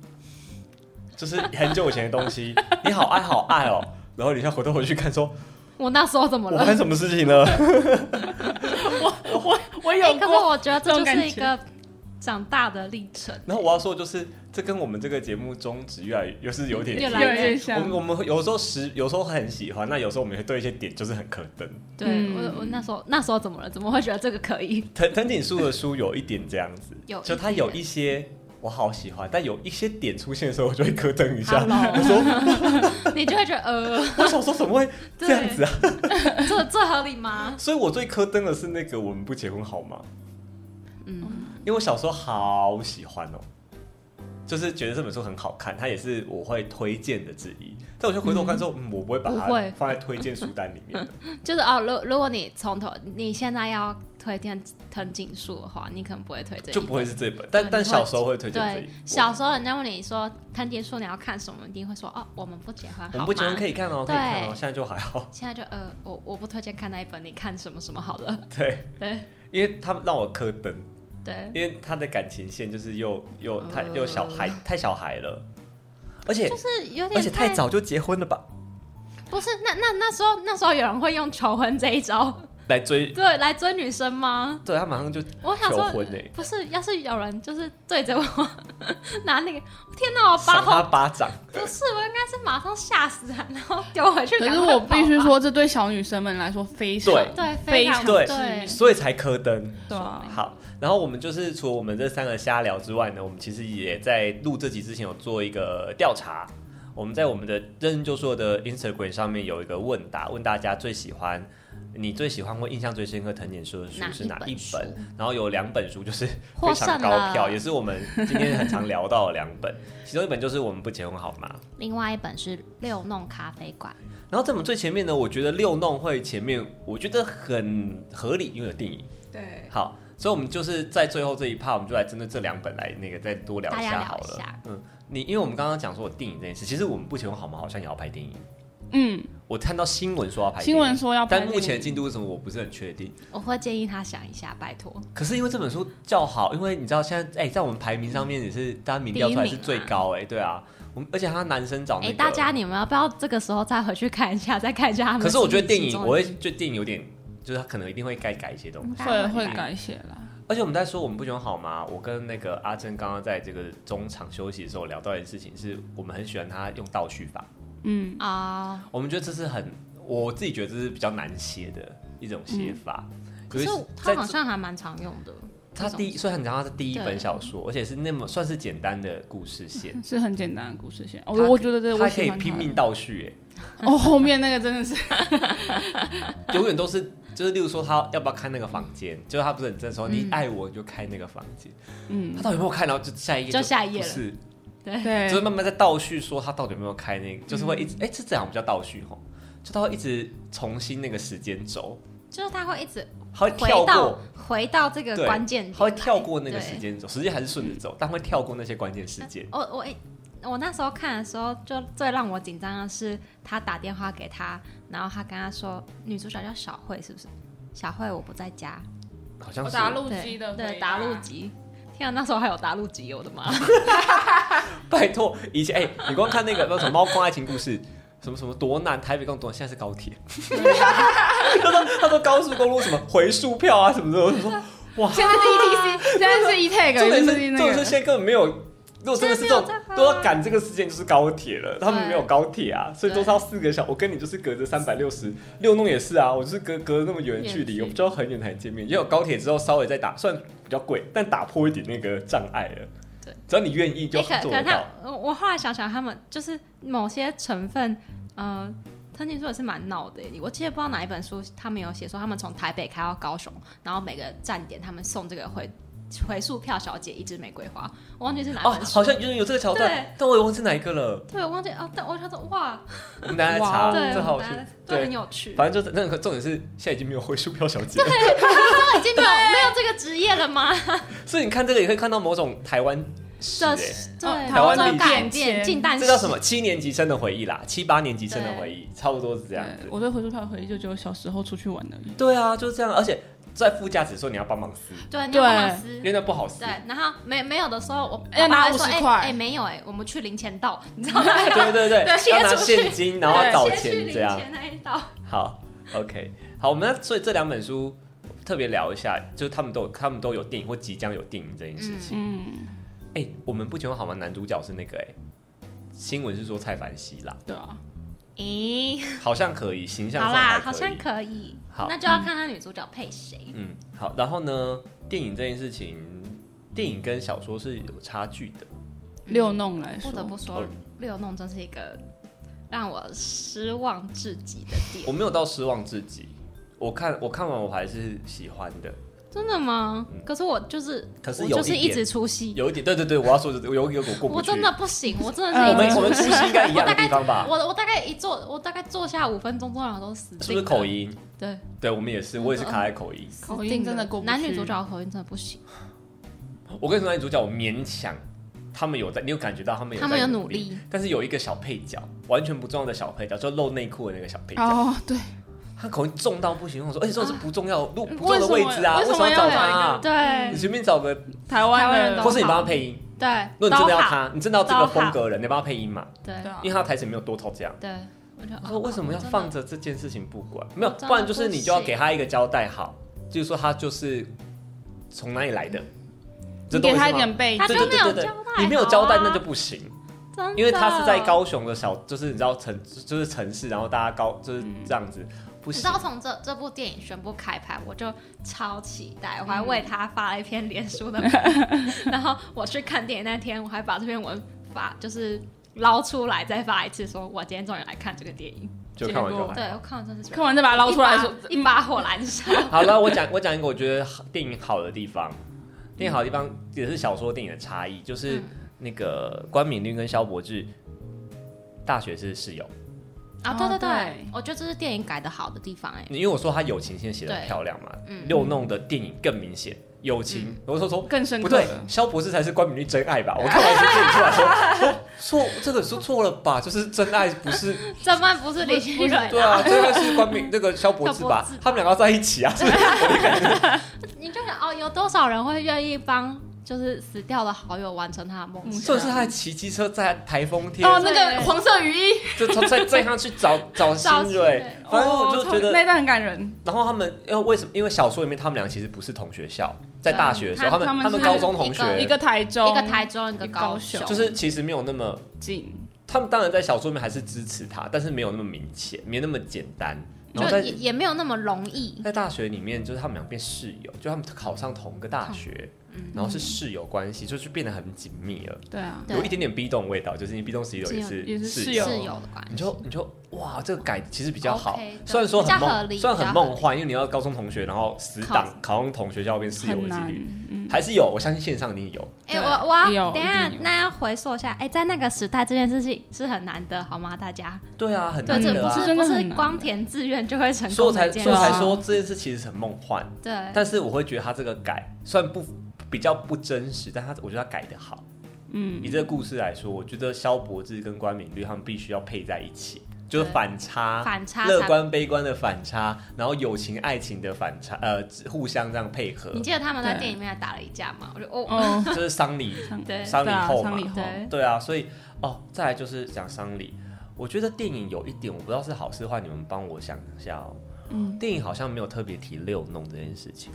A: 就是很久以前的东西。你好爱好爱哦，然后你现在回头回去看说，
D: 我那时候怎么
A: 我
D: 了？
A: 干什么事情呢？
B: 我我
D: 诶
B: 有
D: <laughs> 哎可是
B: 过，
D: 我觉得
B: 这种
D: 这就
B: 感
D: 是一
B: 觉
D: 个长大的历程。
A: 然后我要说的就是，这跟我们这个节目宗旨越来越又是有点
D: 越
B: 有
D: 来
A: 接近
B: 点像
A: 我，们我们有时候时有时候很喜欢，那有时候我们会对一些点就是很科登。
D: 对、
A: 嗯
D: 我，我那时候那时候怎么了？怎么会觉得这个可以？ <laughs>
A: 藤藤井树的书有一点这样子
D: 有，
A: 就
D: 一
A: 他
D: 点
A: 有一些我好喜欢，但有一些点出现的时候，我就会咯噔一下。
D: Hello
A: 我说 <laughs>
D: 你就会觉得呃， <laughs>
A: 我小时候怎么会这样子啊？
D: 这这合理吗？
A: 所以我最咯噔的是那个我们不结婚好吗？
D: 嗯，
A: 因为我小时候好喜欢哦，就是觉得这本书很好看，它也是我会推荐的之一。但我就回头看之后，嗯，我不会把它
D: 不会
A: 放在推荐书单里
D: <laughs>
A: 面的。
D: 就是哦，如如果你从头你现在要推荐藤井树的话，你可能不会推荐，
A: 就不会是这本，但
D: 对
A: 但
D: 你会
A: 小时候会推荐这一
D: 对
A: 本。。
D: 小时候人家问你说啊藤井树你要看什么，你一定会说哦，我们不结婚，
A: 我们不结婚可
D: 以。
A: 以看哦，可以看哦，
D: 对
A: 现在就还好。 <laughs>
D: 现在就呃，我我不推荐看那一本，你看什么什么好了。 <laughs>
A: 对，
D: 对
A: 因为他们让我咯噔，
D: 对，
A: 因为他的感情线就是又又太
D: 呃
A: 又小孩太小孩了，而且
D: 就是有点
A: 而且太，早就结婚了吧，
D: 不是那那那时候那时候有人会用求婚这一招， <laughs>
A: 来追，
D: 对，来追女生吗？
A: 对他马上就
D: 我想
A: 求
D: 说
A: 婚 <laughs> 欸，
D: 不是，要是有人就是对着我 <laughs> 拿那个，天哪，我把
A: 赏他
D: 头
A: 巴掌，
D: 不是，我应该是马上吓死他，然后丢回去。
B: 可
D: 赶
B: 是
D: 快
B: 我
D: 跑吧
B: 必须，说，这对小女生们来说非常
A: 对
D: 对，
B: 非
D: 常
B: 常
A: 对
D: 对，
A: 所以才磕登。
B: 对啊，
A: <laughs> 好，然后我们就是除了我们这三个瞎聊之外呢，我们其实也在录这集之前有做一个调查。我们在我们的认真就说的 Instagram 上面有一个问答，问大家最喜欢。你最喜欢或印象最深刻藤井树的书是哪一
D: 哪一
A: 本？
D: 本书
A: 然后有两本书就是非
D: 获
A: 常
D: 胜
A: 高票，
D: 了
A: 也是我们今天很常聊到的两本。其中一本就是我们不结婚好吗？
D: 另外一本是《六弄咖啡馆
A: 然后在我们最前面呢，我觉得六弄会前面我觉得很合理，因为有电影。
B: 对，
A: 好，所以我们就是在最后这一趴，我们就来针对这两本来那个再多聊一
D: 大家
A: 下
D: 聊
A: 好
D: 一
A: 了。
D: 下
A: 嗯，你因为我们刚刚讲说有电影这件事，其实我们不结婚好吗？好像也要拍电影。
B: 嗯，
A: 我看到新闻说要拍电影
B: 新闻说要拍
A: 但目前
B: 电影
A: 进度是什么我不是很确定。》，
D: 我会建议他想一下，拜托。
A: 可是因为这本书较好，因为你知道现在哎、在我们排名上面也是大家民调出来是最高哎、对啊，我们而且他男生找
D: 哎、
A: 那个，
D: 大家你们要不要这个时候再回去看一下，再看一下他们？
A: 可是我觉得电影，我会觉得电影有点，就是他可能一定会该改一些东西。
B: 会会改写啦。
A: 而且我们在说我们不喜欢好吗？我跟那个阿珍刚刚在这个中场休息的时候聊到一件事情，是我们很喜欢他用倒叙法，
B: 嗯，
D: 啊、
A: 我们觉得这是很，我自己觉得这是比较难写的一种写法。
D: 可是
A: 尤其
D: 他
A: 在
D: 好像还蛮常用的。
A: 他第一，虽然你知道他是第一本
D: 对
A: 小说，而且是那么算是简单的故事
D: <laughs>
A: 线，
B: 是很简单的故事线。我
A: 他
B: 我觉得这
A: 他
B: 我
A: 可
B: 喜
A: 以
B: 欢
A: 拼
B: 它
A: 命倒叙，
B: 哦，后面那个真的是，
A: 哎，永远都是就是，例如说他要不要开那个房间，就是他不是很正
D: 嗯
A: 说、你爱我你就开那个房间，
B: 嗯
A: 他，到底有没有开？然后就下一页
D: 就下一页
A: 不
D: 了
A: 是，
D: 哎
B: 对
A: 就是慢慢在倒叙说他到底有没有开那
D: 嗯
A: 个，就是会一直哎、这这好像比较倒叙吼，就他会一直重新那个时间轴，
D: 就是他会一直
A: 他会
D: 回
A: 跳
D: 到
A: 过。
D: 回到这个
A: 对
D: 关键点，
A: 他会跳过那个
D: 对嗯
A: 时间轴，时间还是顺着走，但会跳过那些关键事件。
D: 我我一我那时候看的时候，就最让我紧张的是他打电话给他，然后他跟他说女主角叫小慧，是不是？小慧我不在家，
A: 好像
B: 我
A: 是
B: 打录
D: 对
B: 机的
D: 对打录，机。天啊，那时候还有打录机，我的妈！
A: 拜托，以前哎、你光看那个那什么《猫空爱情故事》，什么什么多难，台北更多难，现在是高铁。 <laughs> 他说他说高速公路什么回数票啊什么的，我就说哇，
B: 现在
D: <laughs>
B: 是 ETC，现在是 E tag，
A: 重点
B: 就是是
A: 重
B: 那
A: 点是
B: 个
A: 现在根本没有，如果真的是这种
D: 现在没有在发
A: 都要赶这个时间，就是高铁了，他们
D: 对
A: 没有高铁啊，所以都是要四个小。我跟你就是隔着三百六十六弄也是啊，我就是隔隔那么远的距
D: 远距
A: 离，
D: 离
A: 我们就要很远才见面。也有高铁之后稍微再打，虽然比较贵，但打破一点那个障碍了。
D: 对，
A: 只要你愿意就
D: 也
A: 做
D: 可可
A: 得
D: 能他
A: 到。，
D: 我我后来想想，他们就是某些成分，呃，藤井树也是蛮闹的耶。我记得不知道哪一本书，他们有写说他们从台北开到高雄，然后每个站点他们送这个回回数票小姐一支玫瑰花，我忘记是哪
A: 哦
D: 本，书。
A: 好像就是有这个桥段
D: 对，
A: 但我也忘记哪一个了。
D: 对，我忘记哦，但我想说，哇，
A: 我们大家来
B: 哇
A: 查，
D: 对，
A: 啊这好有趣
D: 大家。都很
A: 对，啊
D: 有趣。
A: 反正就是那个重点是，现在已经没有回数票小姐了。
D: 那已经没有没有这个职业了吗？
A: 所以你看这个也可以看到某种台湾史、欸。
D: 这对，
A: 台湾历
D: 的
A: 史
D: 改变近代史，
A: <laughs> 这叫什么？七年级生的回忆啦，七八年级生的
D: 对
A: 回忆，差不多是这样子
B: 对。我对回数票的回忆就只有小时候出去玩而已。
A: 对啊，就是这样。而且在副驾驶说你要帮忙撕，
D: 对，你
B: 对
D: 要帮忙撕
A: 因为那不好撕啊
D: 对。，然后没没有的时候，我
B: 要
D: 我爸
B: 拿
D: 还说
B: 50
D: 哎
B: 块
D: 哎，没有哎，我们去零钱道，你知道吗？
A: 对对对，
D: 对
A: 要拿
D: 切出去
A: 现金，然后
B: 对
A: 找
D: 先去
A: 钱
D: 零
A: 这样。
D: 钱那一道，
A: 好，OK，好，我们那所以这两本书特别聊一下，就是他们都有他们都有电影或即将有电影这件事情。
B: 嗯，
A: 哎、我们不求好吗？男主角是那个哎、新闻是说蔡凡熙啦，
B: 对啊，
D: 咦，
A: 好像可以，形象
D: 好
A: 上
D: 啦，
A: 还
D: 好像
A: 以
D: 可以，
A: 好
D: 那就要看他女主角配谁。
A: 嗯，好。然后呢，电影这件事情，电影跟小说是有差距的。
B: 六弄来说
D: 不，得不说
A: 哦，
D: 六弄真是一个让我失望至极的
A: 我
D: 点，
A: 没有到失望自己，我看我看完我还是喜欢的，
D: 真的吗？可是我就是，
A: 嗯可是
D: 我
A: 有
D: 就是
A: 一
D: 一
A: 点
D: 直出戏，
A: 有一点对对对，我要说的是有有我过不
D: 我
A: 去。嗯
D: 真的不行，我真的
B: 呃
D: 是
A: 我
D: 一
A: 们
D: 直
A: 我们
D: 出
A: 出
D: 戏。
A: 戏应该一样的地方吧？
D: 我我大概一坐，我大概坐下五分钟，多少都死定了。
A: 是不是口？音？
D: 对，
A: 对我们也是，我也是卡在口音。
B: 口
D: 死定
B: 音
D: 了
B: 真的过不去。
D: 男女主角的口音真的不行，
A: 我跟你说，男女主角我勉强，他们有在，你有感觉到他们有
D: 他们
A: 在
D: 有
A: 努
D: 努力，
A: 但是有一个小配角，完全不重要的小配角，就露内裤的那个小配角，
B: 哦，对，
A: 他口音重到不行，我说，而且哎这种是不重要、不不重
B: 为
A: 要的
B: 什么
A: 位置啊，为
B: 为什
A: 么
B: 么
A: 要找
B: 要
A: 他
B: 找
A: 啊
B: 一？
D: 对
A: 你随便找个
B: 台湾
D: 台湾人
B: 的
D: 都
A: 或是你帮他配音。
D: 对，
A: 如果你真的要
D: 刀法
A: 他，你真的要这个风格的人，你帮他配音嘛？
D: 对
B: 对啊
A: 因为他的台词没有多头这样。
D: 对，我就
A: 我说为什么要放？着这件事情不管？没有，
D: 啊真的
A: 不然就是你就要
D: 不行
A: 给他一个交代，好，就是说他就是从哪里来的，这
B: 你
A: 懂
B: 给
A: 我意
B: 他
A: 思
B: 一
A: 吗？
B: 点背景
D: 他，
A: 对
D: 就
A: 对对对
D: 没有
A: 对
D: 交代，
A: 你没有交代
D: 好啊
A: 那就不行，
D: 真的
A: 因为他是在，高雄的小，就是你知道城，就是城市，然后大家高就是这样子，不
D: 你知
A: 行
D: 道。从这这部电影宣布开拍，我就超期待，我还为他发了一 <laughs> 篇脸书的文，然后我去看电影那天，我还把这篇文发就是捞出来再发一次，说我今天终于来看这个电影。
A: 就看完就好。
D: 对我看
A: <laughs>
D: 完真的是
B: 看完再把它捞出来
D: 一把
B: 说
D: 一把火燃烧。
A: 好了，我讲我讲一个我觉得好电影好的地方，电影好的地方也是小说电影的差异，就是
D: 嗯
A: 那个关敏律跟萧伯志大学是室友，
D: 啊，对
B: 哦
D: 对对
B: 对，
D: 我觉得这是电影改的好的地方哎。
A: 因为我说他友情线写的
D: 对
A: 漂亮嘛，
D: 嗯
A: 六弄的电影更明显，友情，我说从
B: 更深
A: 不
B: 刻
A: 对
B: 了，
A: 萧博士才是关敏律真爱吧？我看完就自己出来啊说说错，这个说错了吧？就是真爱不是
D: <laughs> 这曼不是李心蕊
A: 对啊，真爱是关敏那个萧博士吧
D: 萧伯？志
A: 他们两个要在一起啊，所以
D: 你就想哦，有多少人会愿意帮就是死掉的好友完成他的梦
B: 嗯
D: 想？
A: 这是他还骑机车在台风天，
B: 哦，那个黄色雨衣，
A: 就从再再上去找找新
D: 找新
A: 蕊
D: 蕊，
A: 反正我就觉
B: 哦
A: 得
B: 那一段很感人，
A: 然后他们，因为为什么？因为小说里面他们俩其实不是同学校，在
D: 对
A: 大学的时候，他
B: 他
A: 们
B: 啊他
A: 们
B: 们是
A: 高中同学，
D: 对
B: 一个台中，
D: 一个台中，一个高
B: 一
D: 雄
B: 个高，
A: 就是其实没有那么，
B: 景，
A: 他们当然在小说里面还是支持他，但是没有那么明显，没那么简单。然后
D: 就
A: 在
D: 也也没有那么容易。
A: 在大学里面，就是他们俩变室友，就他们考上同个大学，然后是室友关系，就是变得很紧密了，
B: 对啊，
D: 对
A: 有一点点 B 栋味道，就是因为 B 栋室友也是
B: 也是
A: 室
B: 室
D: 室
B: 友
D: 友的关系，
A: 你就你就哇，这个改其实比较好
D: OK，对
A: 虽然说很
D: 比较合
A: 梦，
D: 理
A: 虽然很
D: 比较合理
A: 梦幻，因为你要高中同学，然后死党考上同学校变室友
B: 很
A: 的几
B: 难
A: 率，，
B: 嗯，
A: 还是有，我相信线上一定有。
D: 哎、
B: 对
D: 我我要
B: 有
D: 等一
B: 一
D: 下
B: 定有
D: 那要回溯一下，哎、在那个时代这件事情是很难的，好吗？大家，
A: 对啊，很
D: 对，
A: 难
D: 这
A: 得
D: 不
A: 啊。
D: 是
B: 真
D: 不
B: 的很
D: 是
B: 难
D: 光填志愿就会成
A: 所以我
D: 功
A: 才
D: 的一件
A: 所以我才
D: 事，
A: 说这件事其实很梦幻，
D: 啊对，
A: 但是我会觉得他这个改虽然不比较不真实，但他我觉得他改的好。以
B: 嗯，
A: 这个故事来说，我觉得萧伯志跟关敏律他们必须要配在一起，就是
D: 对
A: 反差，
D: 反差
A: 乐
D: 才
A: 观悲观的反差，然后友情爱情的反差，呃，互相这样配合
D: 你，记得他们在
B: 对
D: 电影里面还打了一架吗？我就哦，
B: 哦，
A: 这是 <laughs> 丧礼
D: 对
A: 丧礼
B: 对啊
A: 后
B: 丧
A: 嘛
B: 礼，后
D: 对，
A: 对啊，所以哦，再来就是讲丧礼。我觉得电影有一点，我不知道是好是坏，你们帮我想一下哦。
B: 嗯，
A: 电影好像没有特别提六弄这件事情，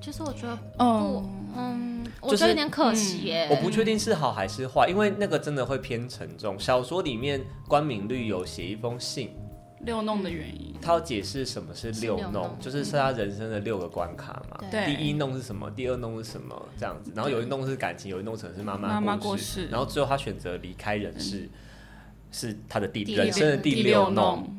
D: 其实我觉得不
B: 哦，，
D: 嗯，我
A: 就是
D: 觉得
A: 嗯
D: 有点可惜耶、
A: 我不确定是好还是坏，因为那个真的会偏沉重。小说里面关敏律有写一封信，
B: <laughs> 六弄的原因，
A: 他要解释什么是六
D: 是六
A: 弄嗯
D: 弄，
A: 就是是他人生的六个关卡嘛。
D: 对
A: 第
B: 对，
A: 一弄是什么？第二弄是什么？这样子，然后有一弄是感情，有一弄可能是妈
B: 妈妈
A: 过
B: 过世
A: 然后最后他选择离开人世，是他的第
D: 嗯第六
A: 人生的第
D: 第
A: 六
B: 六
A: 弄。，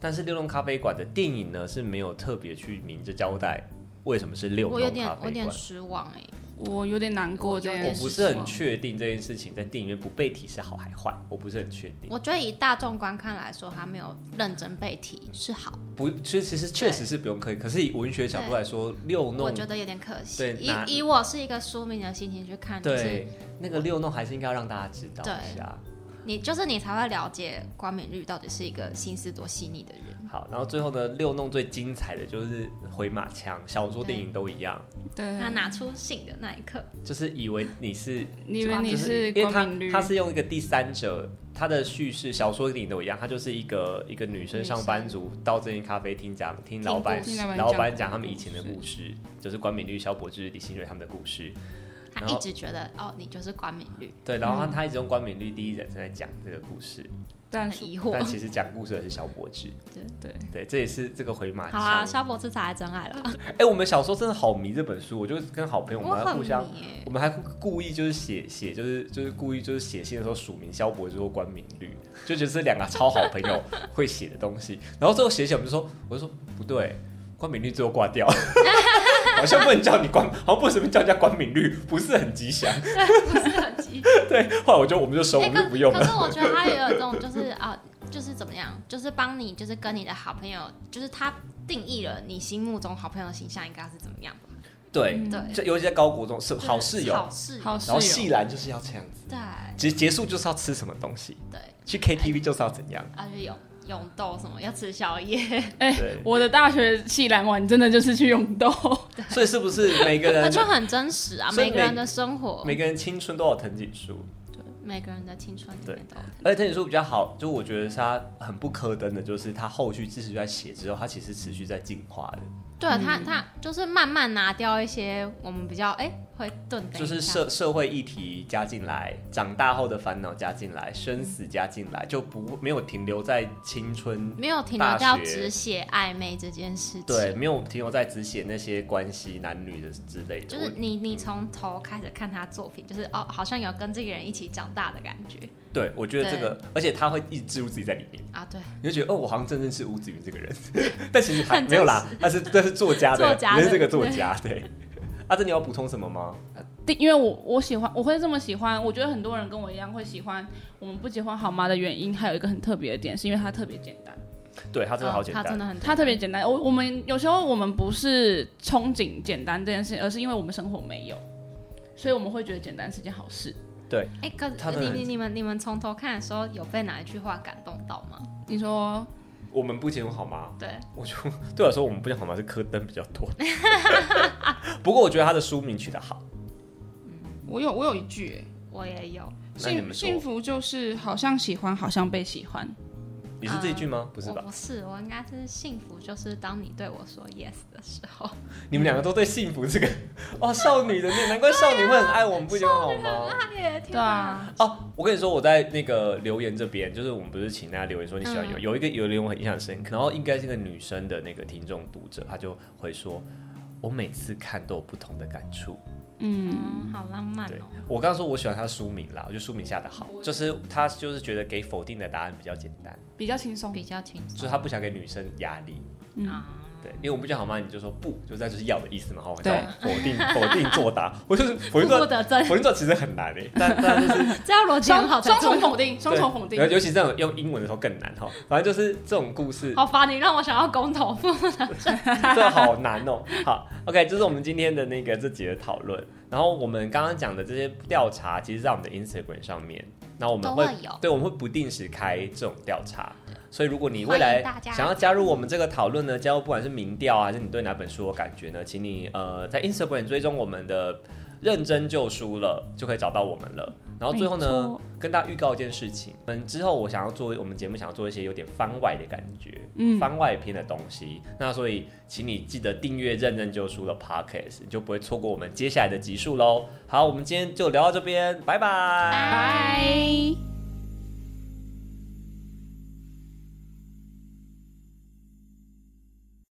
A: 但是六弄咖啡馆的电影呢是没有特别去明着交代为什么是六弄
D: 我有点
A: 咖
D: 我有
A: 啡
D: 点
A: 馆。
D: 失望哎、
B: 我有点难过这
D: 我有
B: 件
A: 我
D: 点
B: 事，
A: 不是很确定这件事情在电影院不被提是好还坏，我不是很确定。
D: 我觉得以大众观看来说，他没有认真被提
A: 嗯
D: 是好，
A: 不，其实其实确实是不用刻意，可是以文学角度来说，六
D: 我
A: 弄
D: 觉得有点可惜
A: 对。
D: 以
A: 拿
D: 以我是一个书迷的心情去看，就是
A: 对那个六弄还是应该要让大家知道一下。
D: 你就是你才会了解关敏律到底是一个心思多细腻的人。
A: 好，然后最后呢，六弄最精彩的就是回马枪，小说、电影都一样，
B: 对，
D: 他拿出信的那一刻，
A: 就是以为你是
B: 你以为你
A: 就是
B: 是
A: 因为他
B: 光明绿，
A: 他是用一个第三者，他的叙事小说里都一样，他就是一个一个女生
D: 女生
A: 上班族到这间咖啡厅讲听老板
D: 故
B: 事听
A: 老
B: 老
A: 板
B: 板
A: 讲
B: 讲
A: 他们以前的故事，就是关敏律、萧伯志、李心蕊他们的故事。
D: 他
A: 然后
D: 一直觉得哦，你就是关敏律，
A: 对，然后他他一直用关敏律第一人称在讲这个故事，
B: 但
D: 很
B: 是
D: 疑
A: 但
D: 惑。
A: 其实讲故事的是萧伯志。
B: 对，
A: 对，这也是这个回马
D: <laughs> 好啊，
A: 枪。
D: 萧伯志才是真爱了，
A: 哎、我们小时候真的好迷这本书，我就跟好朋友我们还
D: 很
A: 互相
D: 迷欸耶
A: 我们还故意就是写写，就是就是故意就是写信的时候署名萧伯之或关敏律，就觉得这两个超好朋友
D: <laughs>
A: 会写的东西。然后最后写写，我们就说，我就说不对，关敏律最后挂掉，好像不能叫你关，好像不能叫人家关敏律，不是很吉祥。
D: 不是很急。
A: 对，后来我就我们就收，我
D: 哎
A: 们
D: 可
A: 就不用
D: 可
A: 了。
D: 是我觉得他也有一种就是啊、就是怎么样，就是帮你，就是跟你的好朋友，就是他定义了你心目中好朋友的形象应该是怎么样吧？
A: 对，
B: 嗯
D: 对，
A: 这尤其在高国中是好室友，
D: 好室友，
B: 好
A: 然后
B: 室
A: 戏
B: 友，
A: 篮就是要这样子，
D: 对
A: 结结束就是要吃什么东西，
D: 对，
A: 去
D: 哎
A: KTV 就是要怎样。
D: 而且有勇斗什么要吃宵夜，
B: 哎
A: 对，
B: 我的大学系篮玩真的就是去勇
A: <laughs>
B: 斗，
A: 所以是不是每个
D: 那
A: 人
D: 就很真实啊，
A: 所以
D: 每
A: 每
D: 个人的生活，
A: 每个人青春都有藤井树？
D: 每个人的青春里面都有。
A: 而且藤井树比较好，就我觉得是他很不苛登的，就是他后续继续在写之后，他其实持续在进化的。
D: 对他，他就是慢慢拿掉一些我们比较哎、会顿等一下，
A: 就是社社会议题加进来，长大后的烦恼加进来，生死加进来，就不没有停留在青春，
D: 没有停
A: 大
D: 留到
A: 学
D: 只写暧昧这件事情。
A: 对，没有停留在只写那些关系男女的之类的。
D: 就是你，你从头开始看他作品，就是哦，好像有跟这个人一起长大的感觉
A: 我对，我觉得这个，而且他会一直植入自己在里面，
D: 啊。对，
A: 你就觉得哦，我好像真认识吴子云这个人， <laughs> 但其实还没有啦，他是但是作家的，
D: 作家的
A: 你认识这个作家对。阿珍，你要补充什么吗？
B: 第，因为我我喜欢，我会这么喜欢，我觉得很多人跟我一样会喜欢《我们不结婚好吗》的原因，还有一个很特别的点，是因为它特别简单，
A: <laughs> 对他真的好简
D: 哦他真
A: 单，
D: 的很，
B: 它特别简单。我我们有时候我们不是憧憬简单这件事，而是因为我们生活没有，所以我们会觉得简单是件好事。
D: 哎，可
A: 他
D: 是
A: 真的
D: 你
A: 很
D: 你你们你们从头看的时候，有被哪一句话感动到吗？
B: 你说
A: 我们不结婚好吗？
D: 对，
A: 我就对我来说，我们不结婚好吗？是柯登比较
D: <laughs>
A: 多， <laughs> 不过我觉得他的书名取得好。
B: 我有我有一句、欸
D: 我也有，
A: 那你们说
B: 幸幸福就是好像喜欢，好像被喜欢。
A: 你是这一句吗？不是
D: 嗯我
A: 吧？
D: 不是，我应该是幸福，就是当你对我说 yes 的时
B: <laughs>
D: 候，
A: 你们两个都对幸福这个，哦，少女的念，难怪少女会很爱我们，不觉得好吗？
D: 对
B: 对，啊，
A: 哦，我跟你说，我在那个留言这边，就是我们不是请大家留言说你喜欢有、
D: 嗯
A: 有一个有留言我很印象深刻，然后应该是个女生的那个听众读者，她就回说，我每次看都有不同的感触。
B: 嗯，
D: 嗯，好浪漫
A: 对
D: 哦。
A: 我刚刚说我喜欢她的书名啦，我觉得书名下的好，就是她就是觉得给否定的答案比较简单，
B: 比较轻松
D: 比较轻
A: 就是
D: 松
A: 她不想给女生压力。
B: 嗯
D: 啊，
A: 对，因为我们不讲好吗？你就说不，就那就是要的意思嘛。好，哦我
B: 对
A: 叫否定否定作答， <laughs> 我就是否定
D: 负负
A: 作答，
D: 得正，
A: 否定作答其实很难诶，但但
B: <laughs>
A: 就是
D: 这样逻辑很好才
B: 双
D: 对，
B: 重否定，双重否定
A: 对。尤其是这种用英文的时候更难哈。反正就是这种故事，
D: 好烦，你让我想要公投，
A: <laughs> 这好难哦。好，OK，这是我们今天的那个这集的讨论。然后我们刚刚讲的这些调查，其实在我们的 Instagram 上面，那我们
D: 都
A: 会
D: 会有
A: 对我们会不定时开这种调查。所以如果你
D: 欢
A: 未
D: 迎
A: 来
D: 大家
A: 想要加入我们这个讨论呢，加入不管是民调啊还是你对哪本书有感觉呢，请你呃在 Instagram 追踪我们的认真就输了，就可以找到我们了。然后最后
B: 没
A: 呢
B: 错，
A: 跟大家预告一件事情，嗯，之后我想要做我们节目想要做一些有点番外的感觉，
B: 嗯
A: 番外篇的东西。那所以，请你记得订阅认真就输了 Podcast，你就不会错过我们接下来的集数喽。好，我们今天就聊到这边，拜拜
D: 拜。